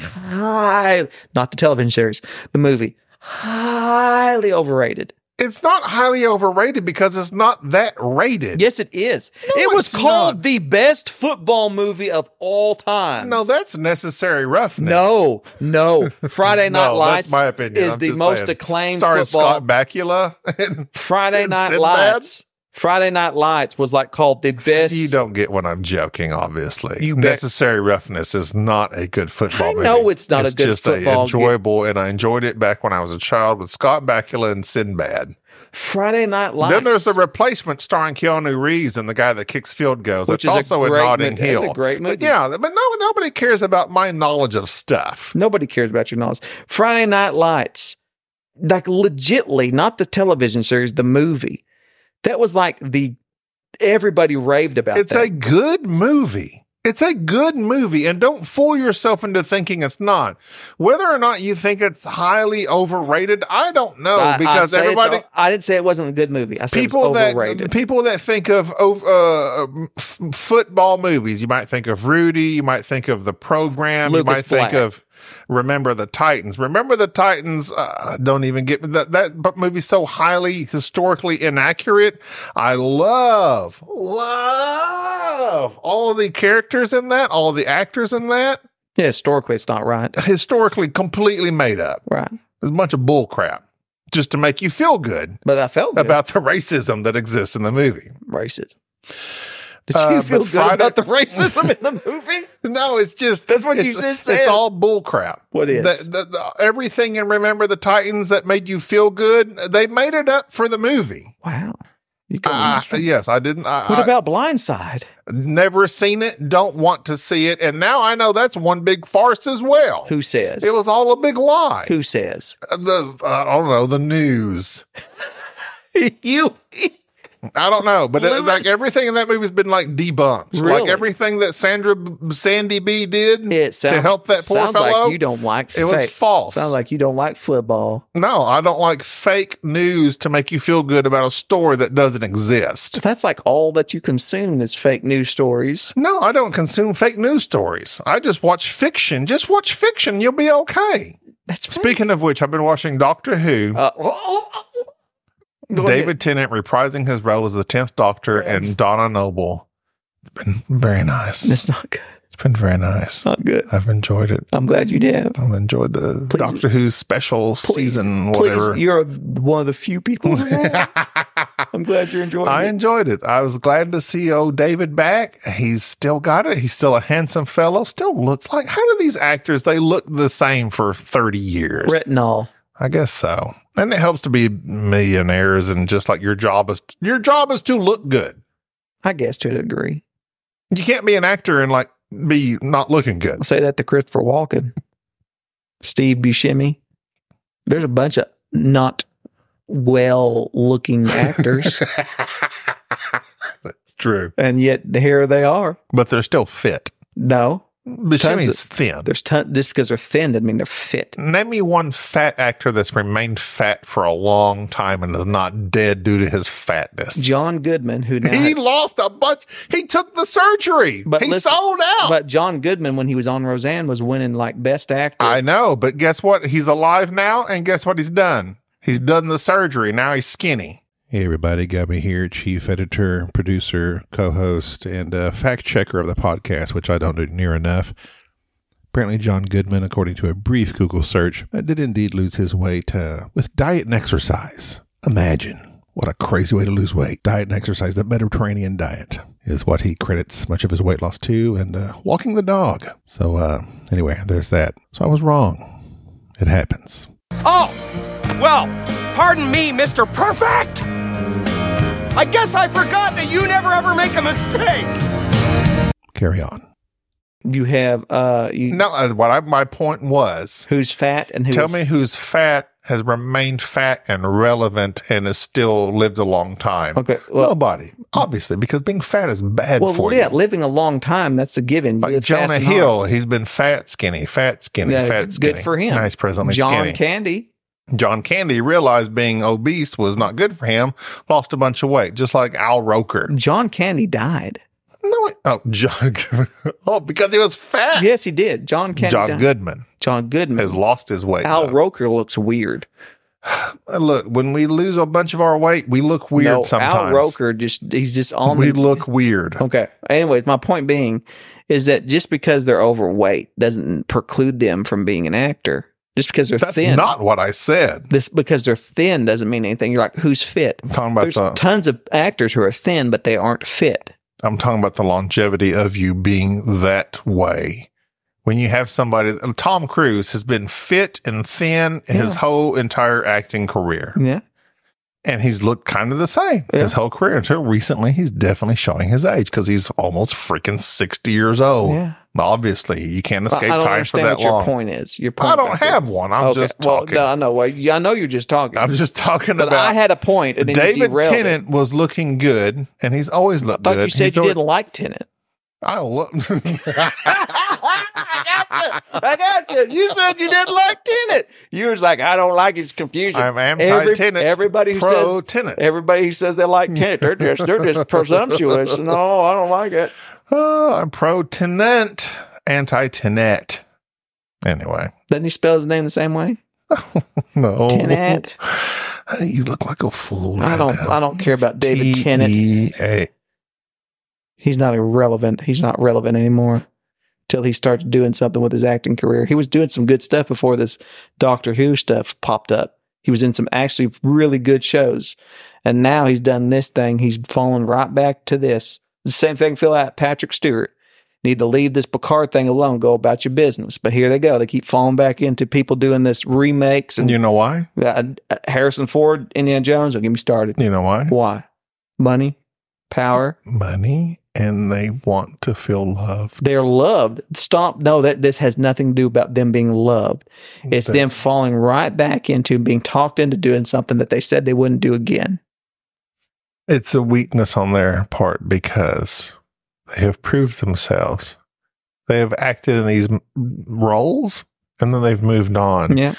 high not the television series, the movie highly overrated. It's not highly overrated because it's not that rated. Yes, it is. it was it's called not. the best football movie of all time. No, that's necessary roughness. No, no. Friday Night no, Lights that's my opinion. is I'm the just most saying. acclaimed Starring football. Scott Bakula. and- Friday and Night Sinbad? Lights Friday Night Lights was like called the best. You don't get what I'm joking, obviously. You bet. Necessary roughness is not a good football I movie. know it's not a good just football game. enjoyable, and I enjoyed it back when I was a child with Scott Bakula and Sinbad. Friday Night Lights. Then there's the replacement starring Keanu Reeves and the guy that kicks field goals. Which Which is a also in great Notting movie. That's a Hill. great But movie. yeah, but no, nobody cares about my knowledge of stuff. Nobody cares about your knowledge. Friday Night Lights, like legitly, not the television series, the movie. That was like the everybody raved about. It's that. a good movie. It's a good movie, and don't fool yourself into thinking it's not. Whether or not you think it's highly overrated, I don't know I- I because say it's everybody o- I didn't say it wasn't a good movie. I said people it was that overrated. people that think of of, uh, f- football movies, you might think of Rudy, you might think of the program, you Lucas might Black. think of Remember the Titans. Remember the Titans. Uh, don't even get that that bu- movie's so highly historically inaccurate. I love love all the characters in that, all the actors in that. yeah, historically, it's not right. Historically, completely made up. Right, It's a bunch of bull crap just to make you feel good but I felt good. about the racism that exists in the movie. racism. Did you Uh, but feel good Friday- about the racism in the movie? No, it's just That's what you it's- just said. It's all bull crap. What is? The, the, the, everything in Remember the Titans that made you feel good? They made it up for the movie. Wow, you go. I, I- yes, I didn't. I, Oh, what I about Blindside? never seen it. Don't want to see it. And now I know that's one big farce as well. Who says? It was all a big lie. Who says? The uh, I don't know the news. you. I don't know, but it, Lewis- like everything in that movie's been like debunked. Like Really? everything that Sandra B- Sandy B did It sounds, to help that poor sounds fellow. like you don't like. it was fake. false. Sounds like you don't like football. No, I don't like fake news to make you feel good about a story that doesn't exist. If that's like all that you consume is fake news stories, No, I don't consume fake news stories. I just watch fiction. Just watch fiction. You'll be okay. that's right. Speaking of which, I've been watching Doctor Who. Uh, oh, oh, oh. Go ahead. David Tennant reprising his role as the 10th Doctor and Donna Noble. It's been very nice. That's not good. It's been very nice. It's not good. I've enjoyed it. I'm glad you did. I've enjoyed the Please- Doctor Who special please- season, whatever. Please, you're one of the few people. in the world. I'm glad you're enjoying I it. enjoyed it. I was glad to see old David back. He's still got it. He's still a handsome fellow. Still looks like how do these actors they look the same for 30 years? Retinol. I guess so. And it helps to be millionaires and just like your job is your job is to look good. I guess to a degree. You can't be an actor and like be not looking good. I'll say that to Christopher Walken, Steve Buscemi. There's a bunch of not well looking actors, That's true. and yet here they are. But they're still fit. No, Buscemi's thin. there's ton- just because they're thin doesn't mean they're fit. Name me one fat actor that's remained fat for a long time and is not dead due to his fatness. John Goodman, who now he lost a bunch. He took the surgery. But he listen- sold out. but John Goodman when he was on Roseanne was winning like best actor. I know, but guess what? He's alive now, and guess what he's done? He's done the surgery. Now he's skinny. Hey, everybody. Gabby here, chief editor, producer, co host, and uh, fact checker of the podcast, which I don't do near enough. Apparently, John Goodman, according to a brief Google search, uh, did indeed lose his weight uh, with diet and exercise. Imagine what a crazy way to lose weight. Diet and exercise, the Mediterranean diet, is what he credits much of his weight loss to, and uh, walking the dog. So, uh, anyway, there's that. So I was wrong. It happens. Oh, well, pardon me, Mr. Perfect! I guess I forgot that you never ever make a mistake! Carry on. you have uh, you, No, uh, what I, my point was who's fat and who's tell me who's fat has remained fat and relevant and has still lived a long time. okay. Well, mm. Nobody, obviously, because being fat is bad well, for yeah, you. living a long time that's a given. You Like live fast Jonah and Hill, hard. he's been fat, skinny, fat, skinny, Yeah, fat, good skinny. for him. Nice presently John skinny. Candy. John Candy realized being obese was not good for him, lost a bunch of weight, just like Al Roker. John Candy died. No, wait. oh, John, oh, because he was fat. Yes, he did. John Candy. John died. Goodman John Goodman. has lost his weight. Al though. Roker looks weird. look, when we lose a bunch of our weight, we look weird no, sometimes. Al Roker just he's just on we the look weird. Okay. Anyways, my point being is that just because they're overweight doesn't preclude them from being an actor. Just because they're That's thin. not what I said. this because they're thin doesn't mean anything. You're like, who's fit? I'm talking about There's the, tons of actors who are thin, but they aren't fit. I'm talking about the longevity of you being that way. When you have somebody, um, Tom Cruise has been fit and thin his Yeah. whole entire acting career, Yeah. and he's looked kind of the same his Yeah. whole career until recently. He's definitely showing his age because he's almost freaking sixty years old. Yeah. Obviously, you can't I- escape I don't time for understand that what your long. point is. Your point I don't back there. have one. I'm Okay. just well, talking. no, I know. Well, yeah, I know you're just talking. I'm just talking but about. I had a point, and then you David derailed it. Tennant was looking good, and he's always I looked thought good. you said He's you always- didn't like Tennant. I look. I got you. You said you didn't like Tennant. You was like, I don't like it. It's confusing. I'm anti-tenant. Every- everybody who pro says tenant. everybody who says they like Tennant, they're just they're just presumptuous. No, I don't like it. oh, I'm pro tenant, anti-tenant. Anyway, Doesn't he spell his name the same way? no. Tennant. You look like a fool. I don't. I don't care about David Tennant. Hey, He's not irrelevant. He's not relevant anymore. Till he starts doing something with his acting career. He was doing some good stuff before this Doctor Who stuff popped up. He was in some actually really good shows, and now he's done this thing. He's fallen right back to this. The same thing. Phil out Patrick Stewart. Need to leave this Picard thing alone. Go about your business. But here they go. They keep falling back into people doing this remakes and you know why? uh, uh, Harrison Ford, Indiana Jones. Don't get me started. You know why? Why? Money, power. Money, and they want to feel loved. They're loved. Stop. No, that this has nothing to do about them being loved. It's They- them falling right back into being talked into doing something that they said they wouldn't do again. It's a weakness on their part because they have proved themselves. They have acted in these m- roles, and then they've moved on. Yeah.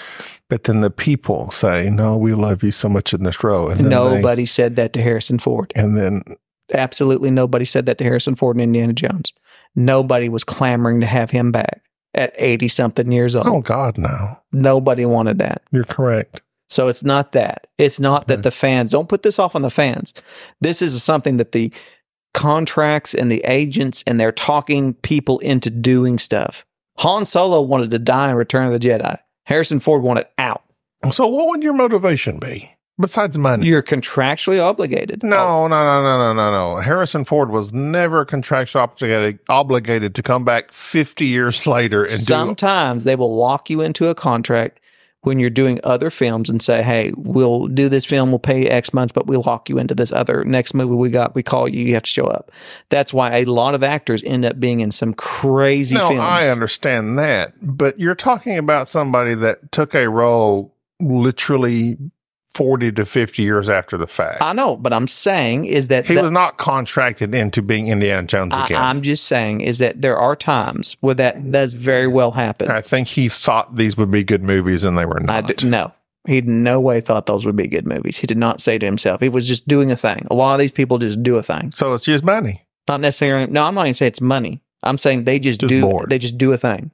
But then the people say, "No, we love you so much in this role." And then they- Nobody said that to Harrison Ford. and then Absolutely nobody said that to Harrison Ford and Indiana Jones. Nobody was clamoring to have him back at 80 something years old. oh God, no, Nobody wanted that. you're correct. So it's not that. It's not that the fans don't put this off on the fans. This is something that the contracts and the agents and they're talking people into doing stuff. Han Solo wanted to die in Return of the Jedi. Harrison Ford wanted out. So, what would your motivation be besides money? You're contractually obligated. no, no, no, no, no, no, no. Harrison Ford was never contractually obligated, obligated to come back 50 years later and do Sometimes they will lock you into a contract when you're doing other films and say, "Hey, we'll do this film, we'll pay you X months, but we lock you into this other next movie we got. We call you, you have to show up." That's why a lot of actors end up being in some crazy No, films. I understand that, but you're talking about somebody that took a role literally 40 to 50 years after the fact. I know, but I'm saying is that he the- was not contracted into being Indiana Jones I, again. I'm just saying is that there are times where that does very well happen. I think he thought these would be good movies and they were I not. d- no. He in no way thought those would be good movies. He did not say to himself. He was just doing a thing. A lot of these people just do a thing. so it's just money. Not necessarily. No, I'm not even saying it's money. I'm saying they just, Just do. bored. They just do a thing.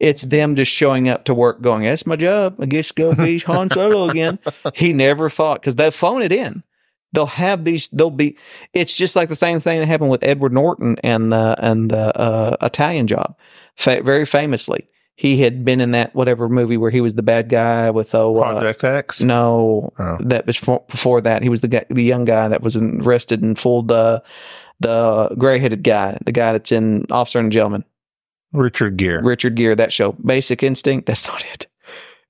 It's them just showing up to work, going, "That's my job. I guess go be Han Solo again." He never thought because they'll phone it in. They'll have these. They'll be. It's just like the same thing that happened with Edward Norton and the and the uh, Italian Job, Fa- very famously. He had been in that whatever movie where he was the bad guy with oh uh, Project X. no, Oh. that was for, before that. He was the guy, the young guy that was arrested and fooled uh, the gray headed guy, the guy that's in Officer and Gentleman, Richard Gere. Richard Gere. That show, Basic Instinct. That's not it.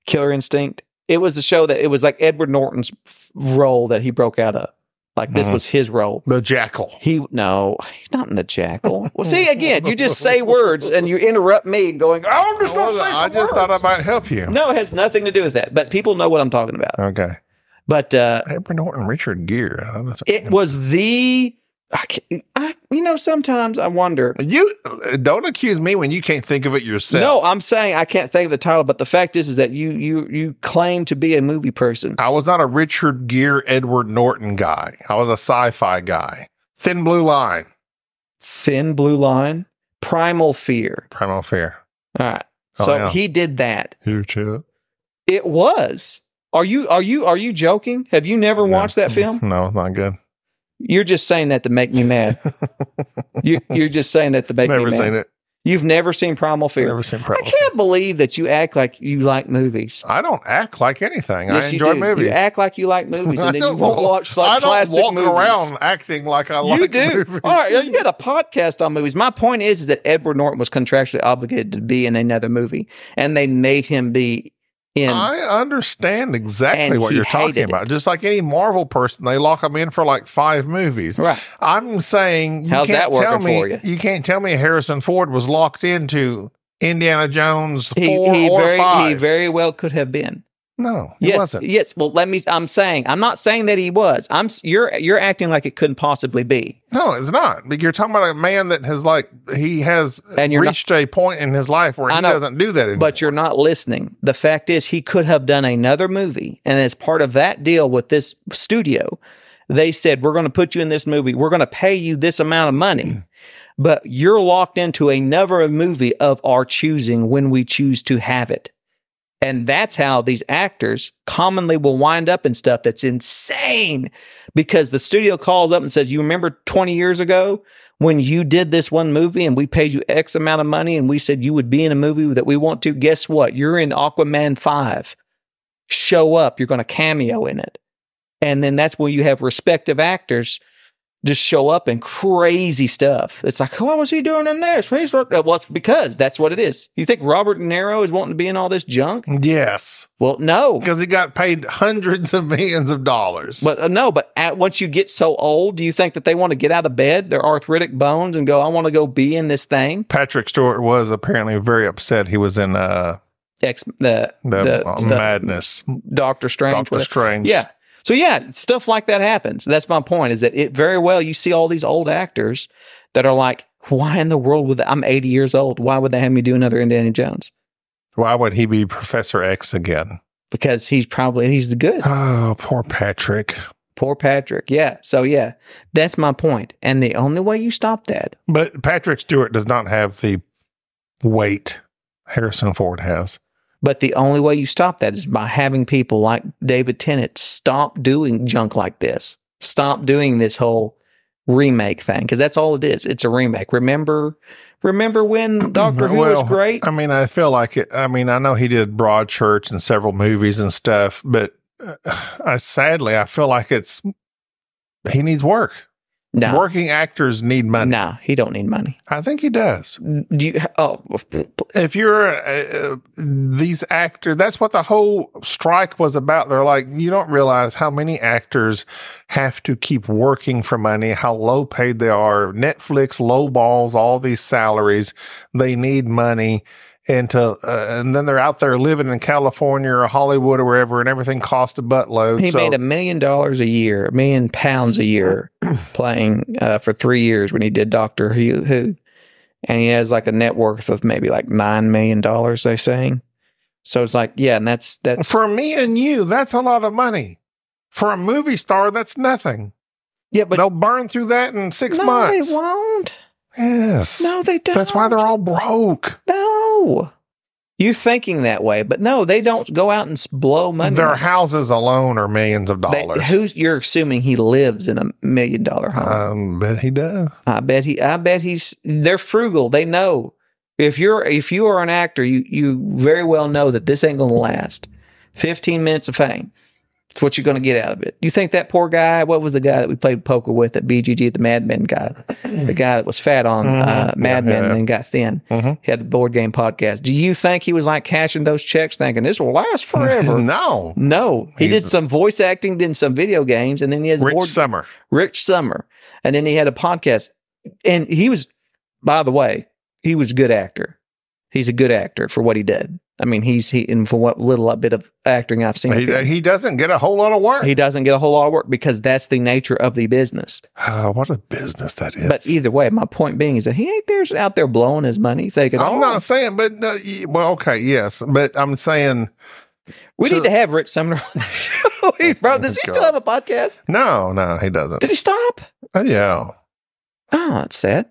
Killer Instinct. It was the show that it was like Edward Norton's f- role that he broke out of. Like this Mhm. was his role. the Jackal. He no, he's not in the jackal. Well, see again, you just say words and you interrupt me going. "Oh, I'm just going to say. I some just thought I words." might help you. No, it has nothing to do with that. But people know what I'm talking about. Okay. But uh, Edward Norton, Richard Gere. Oh, that's- It was the. I, can't- I you know sometimes I wonder. You uh, don't accuse me when you can't think of it yourself. No, I'm saying I can't think of the title, but the fact is, is that you you you claim to be a movie person. I was not a Richard Gere, Edward Norton guy. I was a sci-fi guy. Thin Blue Line, Thin Blue Line, Primal Fear. Primal Fear. All right, Oh, so yeah. he did that. Here, chill. It was. Are you are you are you joking? Have you never watched that film? No, not good. You're just saying that to make me mad. you, you're just saying that to make Never me mad. seen it. You've never seen Primal Fear. Never seen I Primal can't believe that you act like you like movies. I don't act like anything. I you enjoy do. movies. You act like you like movies, I and then you don't won't walk- watch like I don't classic walk movies. around acting like I like you do. movies. All right, you had a podcast on movies. My point is, is that Edward Norton was contractually obligated to be in another movie, and they made him be in. I understand exactly And what he you're talking hated about. Just like any Marvel person, they lock them in for like five movies. Right. I'm saying you How's can't that tell working me for you? can't tell me Harrison Ford was locked into Indiana Jones four or very, five. he very well could have been. no, he yes, wasn't. yes. Well, let me. I'm saying. I'm not saying that he was. I'm. s- You're. You're acting like it couldn't possibly be. No, it's not. But you're talking about a man that has like he has And you're not- reached a point in his life where I he know, doesn't do that anymore. But you're not listening. The fact is, he could have done another movie. And as part of that deal with this studio, they said, We're going to put you in this movie. We're going to pay you this amount of money. But you're locked into another movie of our choosing when we choose to have it. And that's how these actors commonly will wind up in stuff that's insane because the studio calls up and says, You remember 20 years ago when you did this one movie and we paid you X amount of money and we said you would be in a movie that we want to? Guess what? You're in Aquaman 5. Show up. You're going to cameo in it. And then that's when you have respective actors just show up and crazy stuff. It's like, what was he doing in this? He's, uh, well, it's because that's what it is. You think Robert De Niro is wanting to be in all this junk? yes, Well, no. because he got paid hundreds of millions of dollars. But uh, no, but at, once you get so old, do you think that they want to get out of bed, their arthritic bones, and go, I want to go be in this thing? Patrick Stewart was apparently very upset. He was in uh, Ex, the, the, the, uh, the madness, Doctor Strange. Doctor whatever. Strange. Yeah. So yeah, stuff like that happens. That's my point is that it very well you see all these old actors that are like, why in the world would I'm 80 years old? Why would they have me do another Indiana Jones? Why would he be Professor X again? Because he's probably he's the good. Oh, poor Patrick. Poor Patrick. Yeah. So yeah, that's my point. And the only way you stop that, But Patrick Stewart does not have the weight Harrison Ford has. but the only way you stop that is by having people like David Tennant stop doing junk like this. Stop doing this whole remake thing because that's all it is. It's a remake. Remember, remember when Doctor Who was Well, great? I mean, I feel like it. I mean, I know he did Broadchurch and several movies and stuff, but uh, I sadly, I feel like it's he needs work. No, Working actors need money. no, he don't need money. I think he does. Do you? Oh, if you're uh, uh, these actors, that's what the whole strike was about. They're like, you don't realize how many actors have to keep working for money, how low paid they are. Netflix low balls all these salaries. They need money. And to, uh, and then they're out there living in California or Hollywood or wherever, and everything costs a buttload. he so made a million dollars a year, a million pounds a year, playing uh, for three years when he did Doctor Who, Who, and he has like a net worth of maybe like nine million dollars. They saying, so it's like yeah, and that's that's for me and you, that's a lot of money. For a movie star, that's nothing. yeah, but They'll burn through that in six no, months. they won't. Yes. No, they don't. That's why they're all broke. no. You're thinking that way, but no, they don't go out and s- blow money. Their houses alone are millions of They- dollars. who's you're assuming he lives in a million dollar home? um, but he does. I bet he. I bet he's. They're frugal. They know. If you're if you are an actor, you you very well know that this ain't gonna last. Fifteen minutes of fame. It's what you're gonna get out of it. You think that poor guy? What was the guy that we played poker with at BGG? The Mad Men guy. The guy that was fat on uh, Mad Men and then got thin. He had the board game podcast. Do you think he was like cashing those checks, thinking this will last forever? No. no, he He's- did some voice acting, did some video games, and then he has a Rich board Summer. Rich Summer, and then he had a podcast. And he was, by the way, he was a good actor. He's a good actor for what he did. I mean, he's he and for what little bit of acting I've seen, of He, him, he doesn't get a whole lot of work. he doesn't get a whole lot of work because that's the nature of the business. Ah, what a business that is. But either way, my point being is that he ain't there out there blowing his money, thinking, I'm "Oh, not saying, but no, y- well, okay, yes, but I'm saying we so- need to have Rich Sumner on the show." he, bro, does he Oh God. still have a podcast? no, no, he doesn't. Did he stop? Uh, yeah, Oh, that's sad.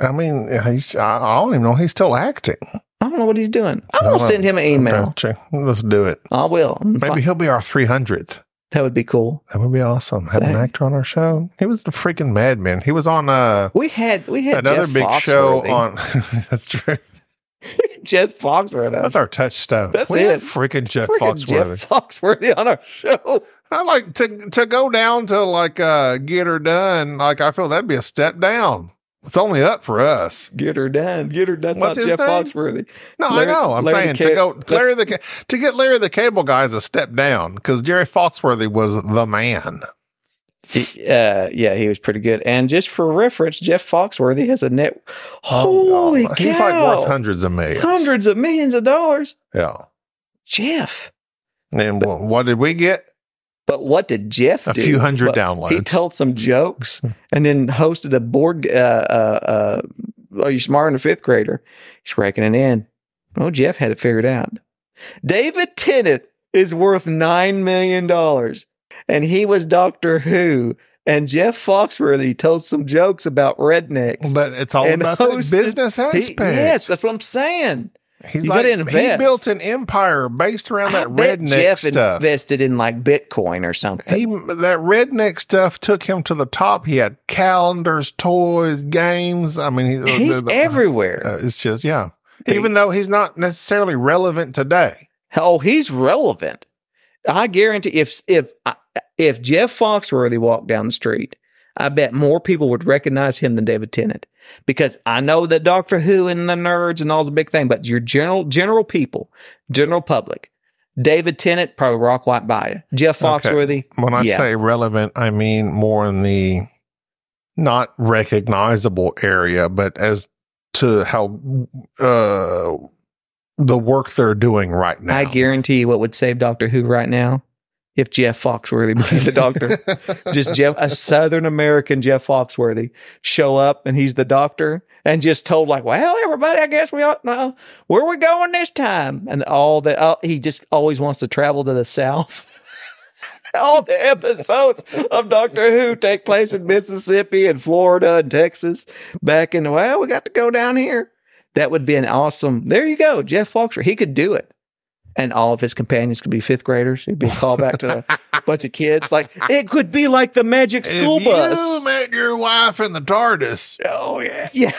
I mean, he's I, I don't even know he's still acting. I don't know what he's doing. I'm No, gonna no. send him an email. Okay, let's do it. I will. I'm Maybe he'll be our 300th. That would be cool. That would be awesome. Have an Dang. actor on our show. He was the freaking madman. He was on uh, We had we had another Jeff big show Foxworthy. on. that's true. Jeff Foxworthy. That's our touchstone. That's we had it. freaking Jeff Freaking Foxworthy. Jeff Foxworthy on our show. I like to to go down to like uh get her done. Like I feel that'd be a step down. It's only up for us. Get her done. Get her done. What's That's not his Jeff name? Foxworthy. No, Larry- I know. I'm Larry saying the to Ca- go Larry the Ca- to get Larry the Cable Guy is a step down because Jerry Foxworthy was the man. He- uh, yeah, he was pretty good. And just for reference, Jeff Foxworthy has a net. Holy cow! Oh, He's like worth hundreds of millions. hundreds of millions of dollars. Yeah. Jeff. And wh- what did we get? But what did Jeff A do? few hundred What- downloads. He told some jokes and then hosted a board. Uh, uh, uh, are you smarter than a fifth grader? He's raking it in. Oh, Jeff had it figured out. David Tennant is worth $9 million, and he was Doctor Who. And Jeff Foxworthy told some jokes about rednecks. but it's all and about the hosted- business He- aspect. yes, that's what I'm saying. He's You like, gotta he invest. built an empire based around I that bet redneck Jeff stuff. invested in like Bitcoin or something. He, that redneck stuff took him to the top. He had calendars, toys, games. I mean, he, He's uh, the- the- everywhere. uh, it's just yeah. Even though he's not necessarily relevant today, Oh, he's relevant. I guarantee if if if Jeff Foxworthy walked down the street, I bet more people would recognize him than David Tennant because I know that Doctor Who and the nerds and all's a big thing, but your general general people, general public, David Tennant probably rock white by you. Jeff Okay. Foxworthy, when I Yeah. say relevant, I mean more in the not recognizable area, but as to how uh, the work they're doing right now. I guarantee you what would save Doctor Who right now if Jeff Foxworthy became the Doctor. just Jeff, a Southern American Jeff Foxworthy, show up and he's the doctor and just told like, well, everybody, I guess we ought no, where we going this time? And all the all, he just always wants to travel to the South. all the episodes of Doctor Who take place in Mississippi and Florida and Texas. Back in well, we got to go down here. That would be an awesome. There you go, Jeff Foxworthy. He could do it. And all of his companions could be fifth graders. It'd be a callback to the bunch of kids. Like it could be like the magic school if bus. You met your wife in the TARDIS. oh yeah, yeah.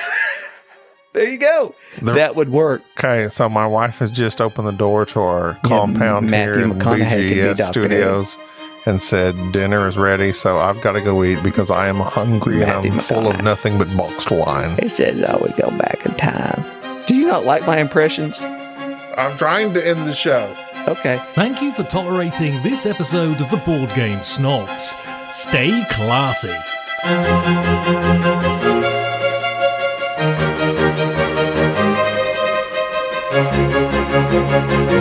there you go. The- that would work. Okay, so my wife has just opened the door to our compound Matthew here in McConaughey can be BGS Doctor Who. Studios and said dinner is ready, so I've got to go eat because I am hungry Matthew and I'm full of McConaughey. nothing but boxed wine. He says, "Oh, we go back in time." Do you not like my impressions? I'm trying to end the show. Okay. Thank you for tolerating this episode of the Board Game Snobs. Stay classy. Thank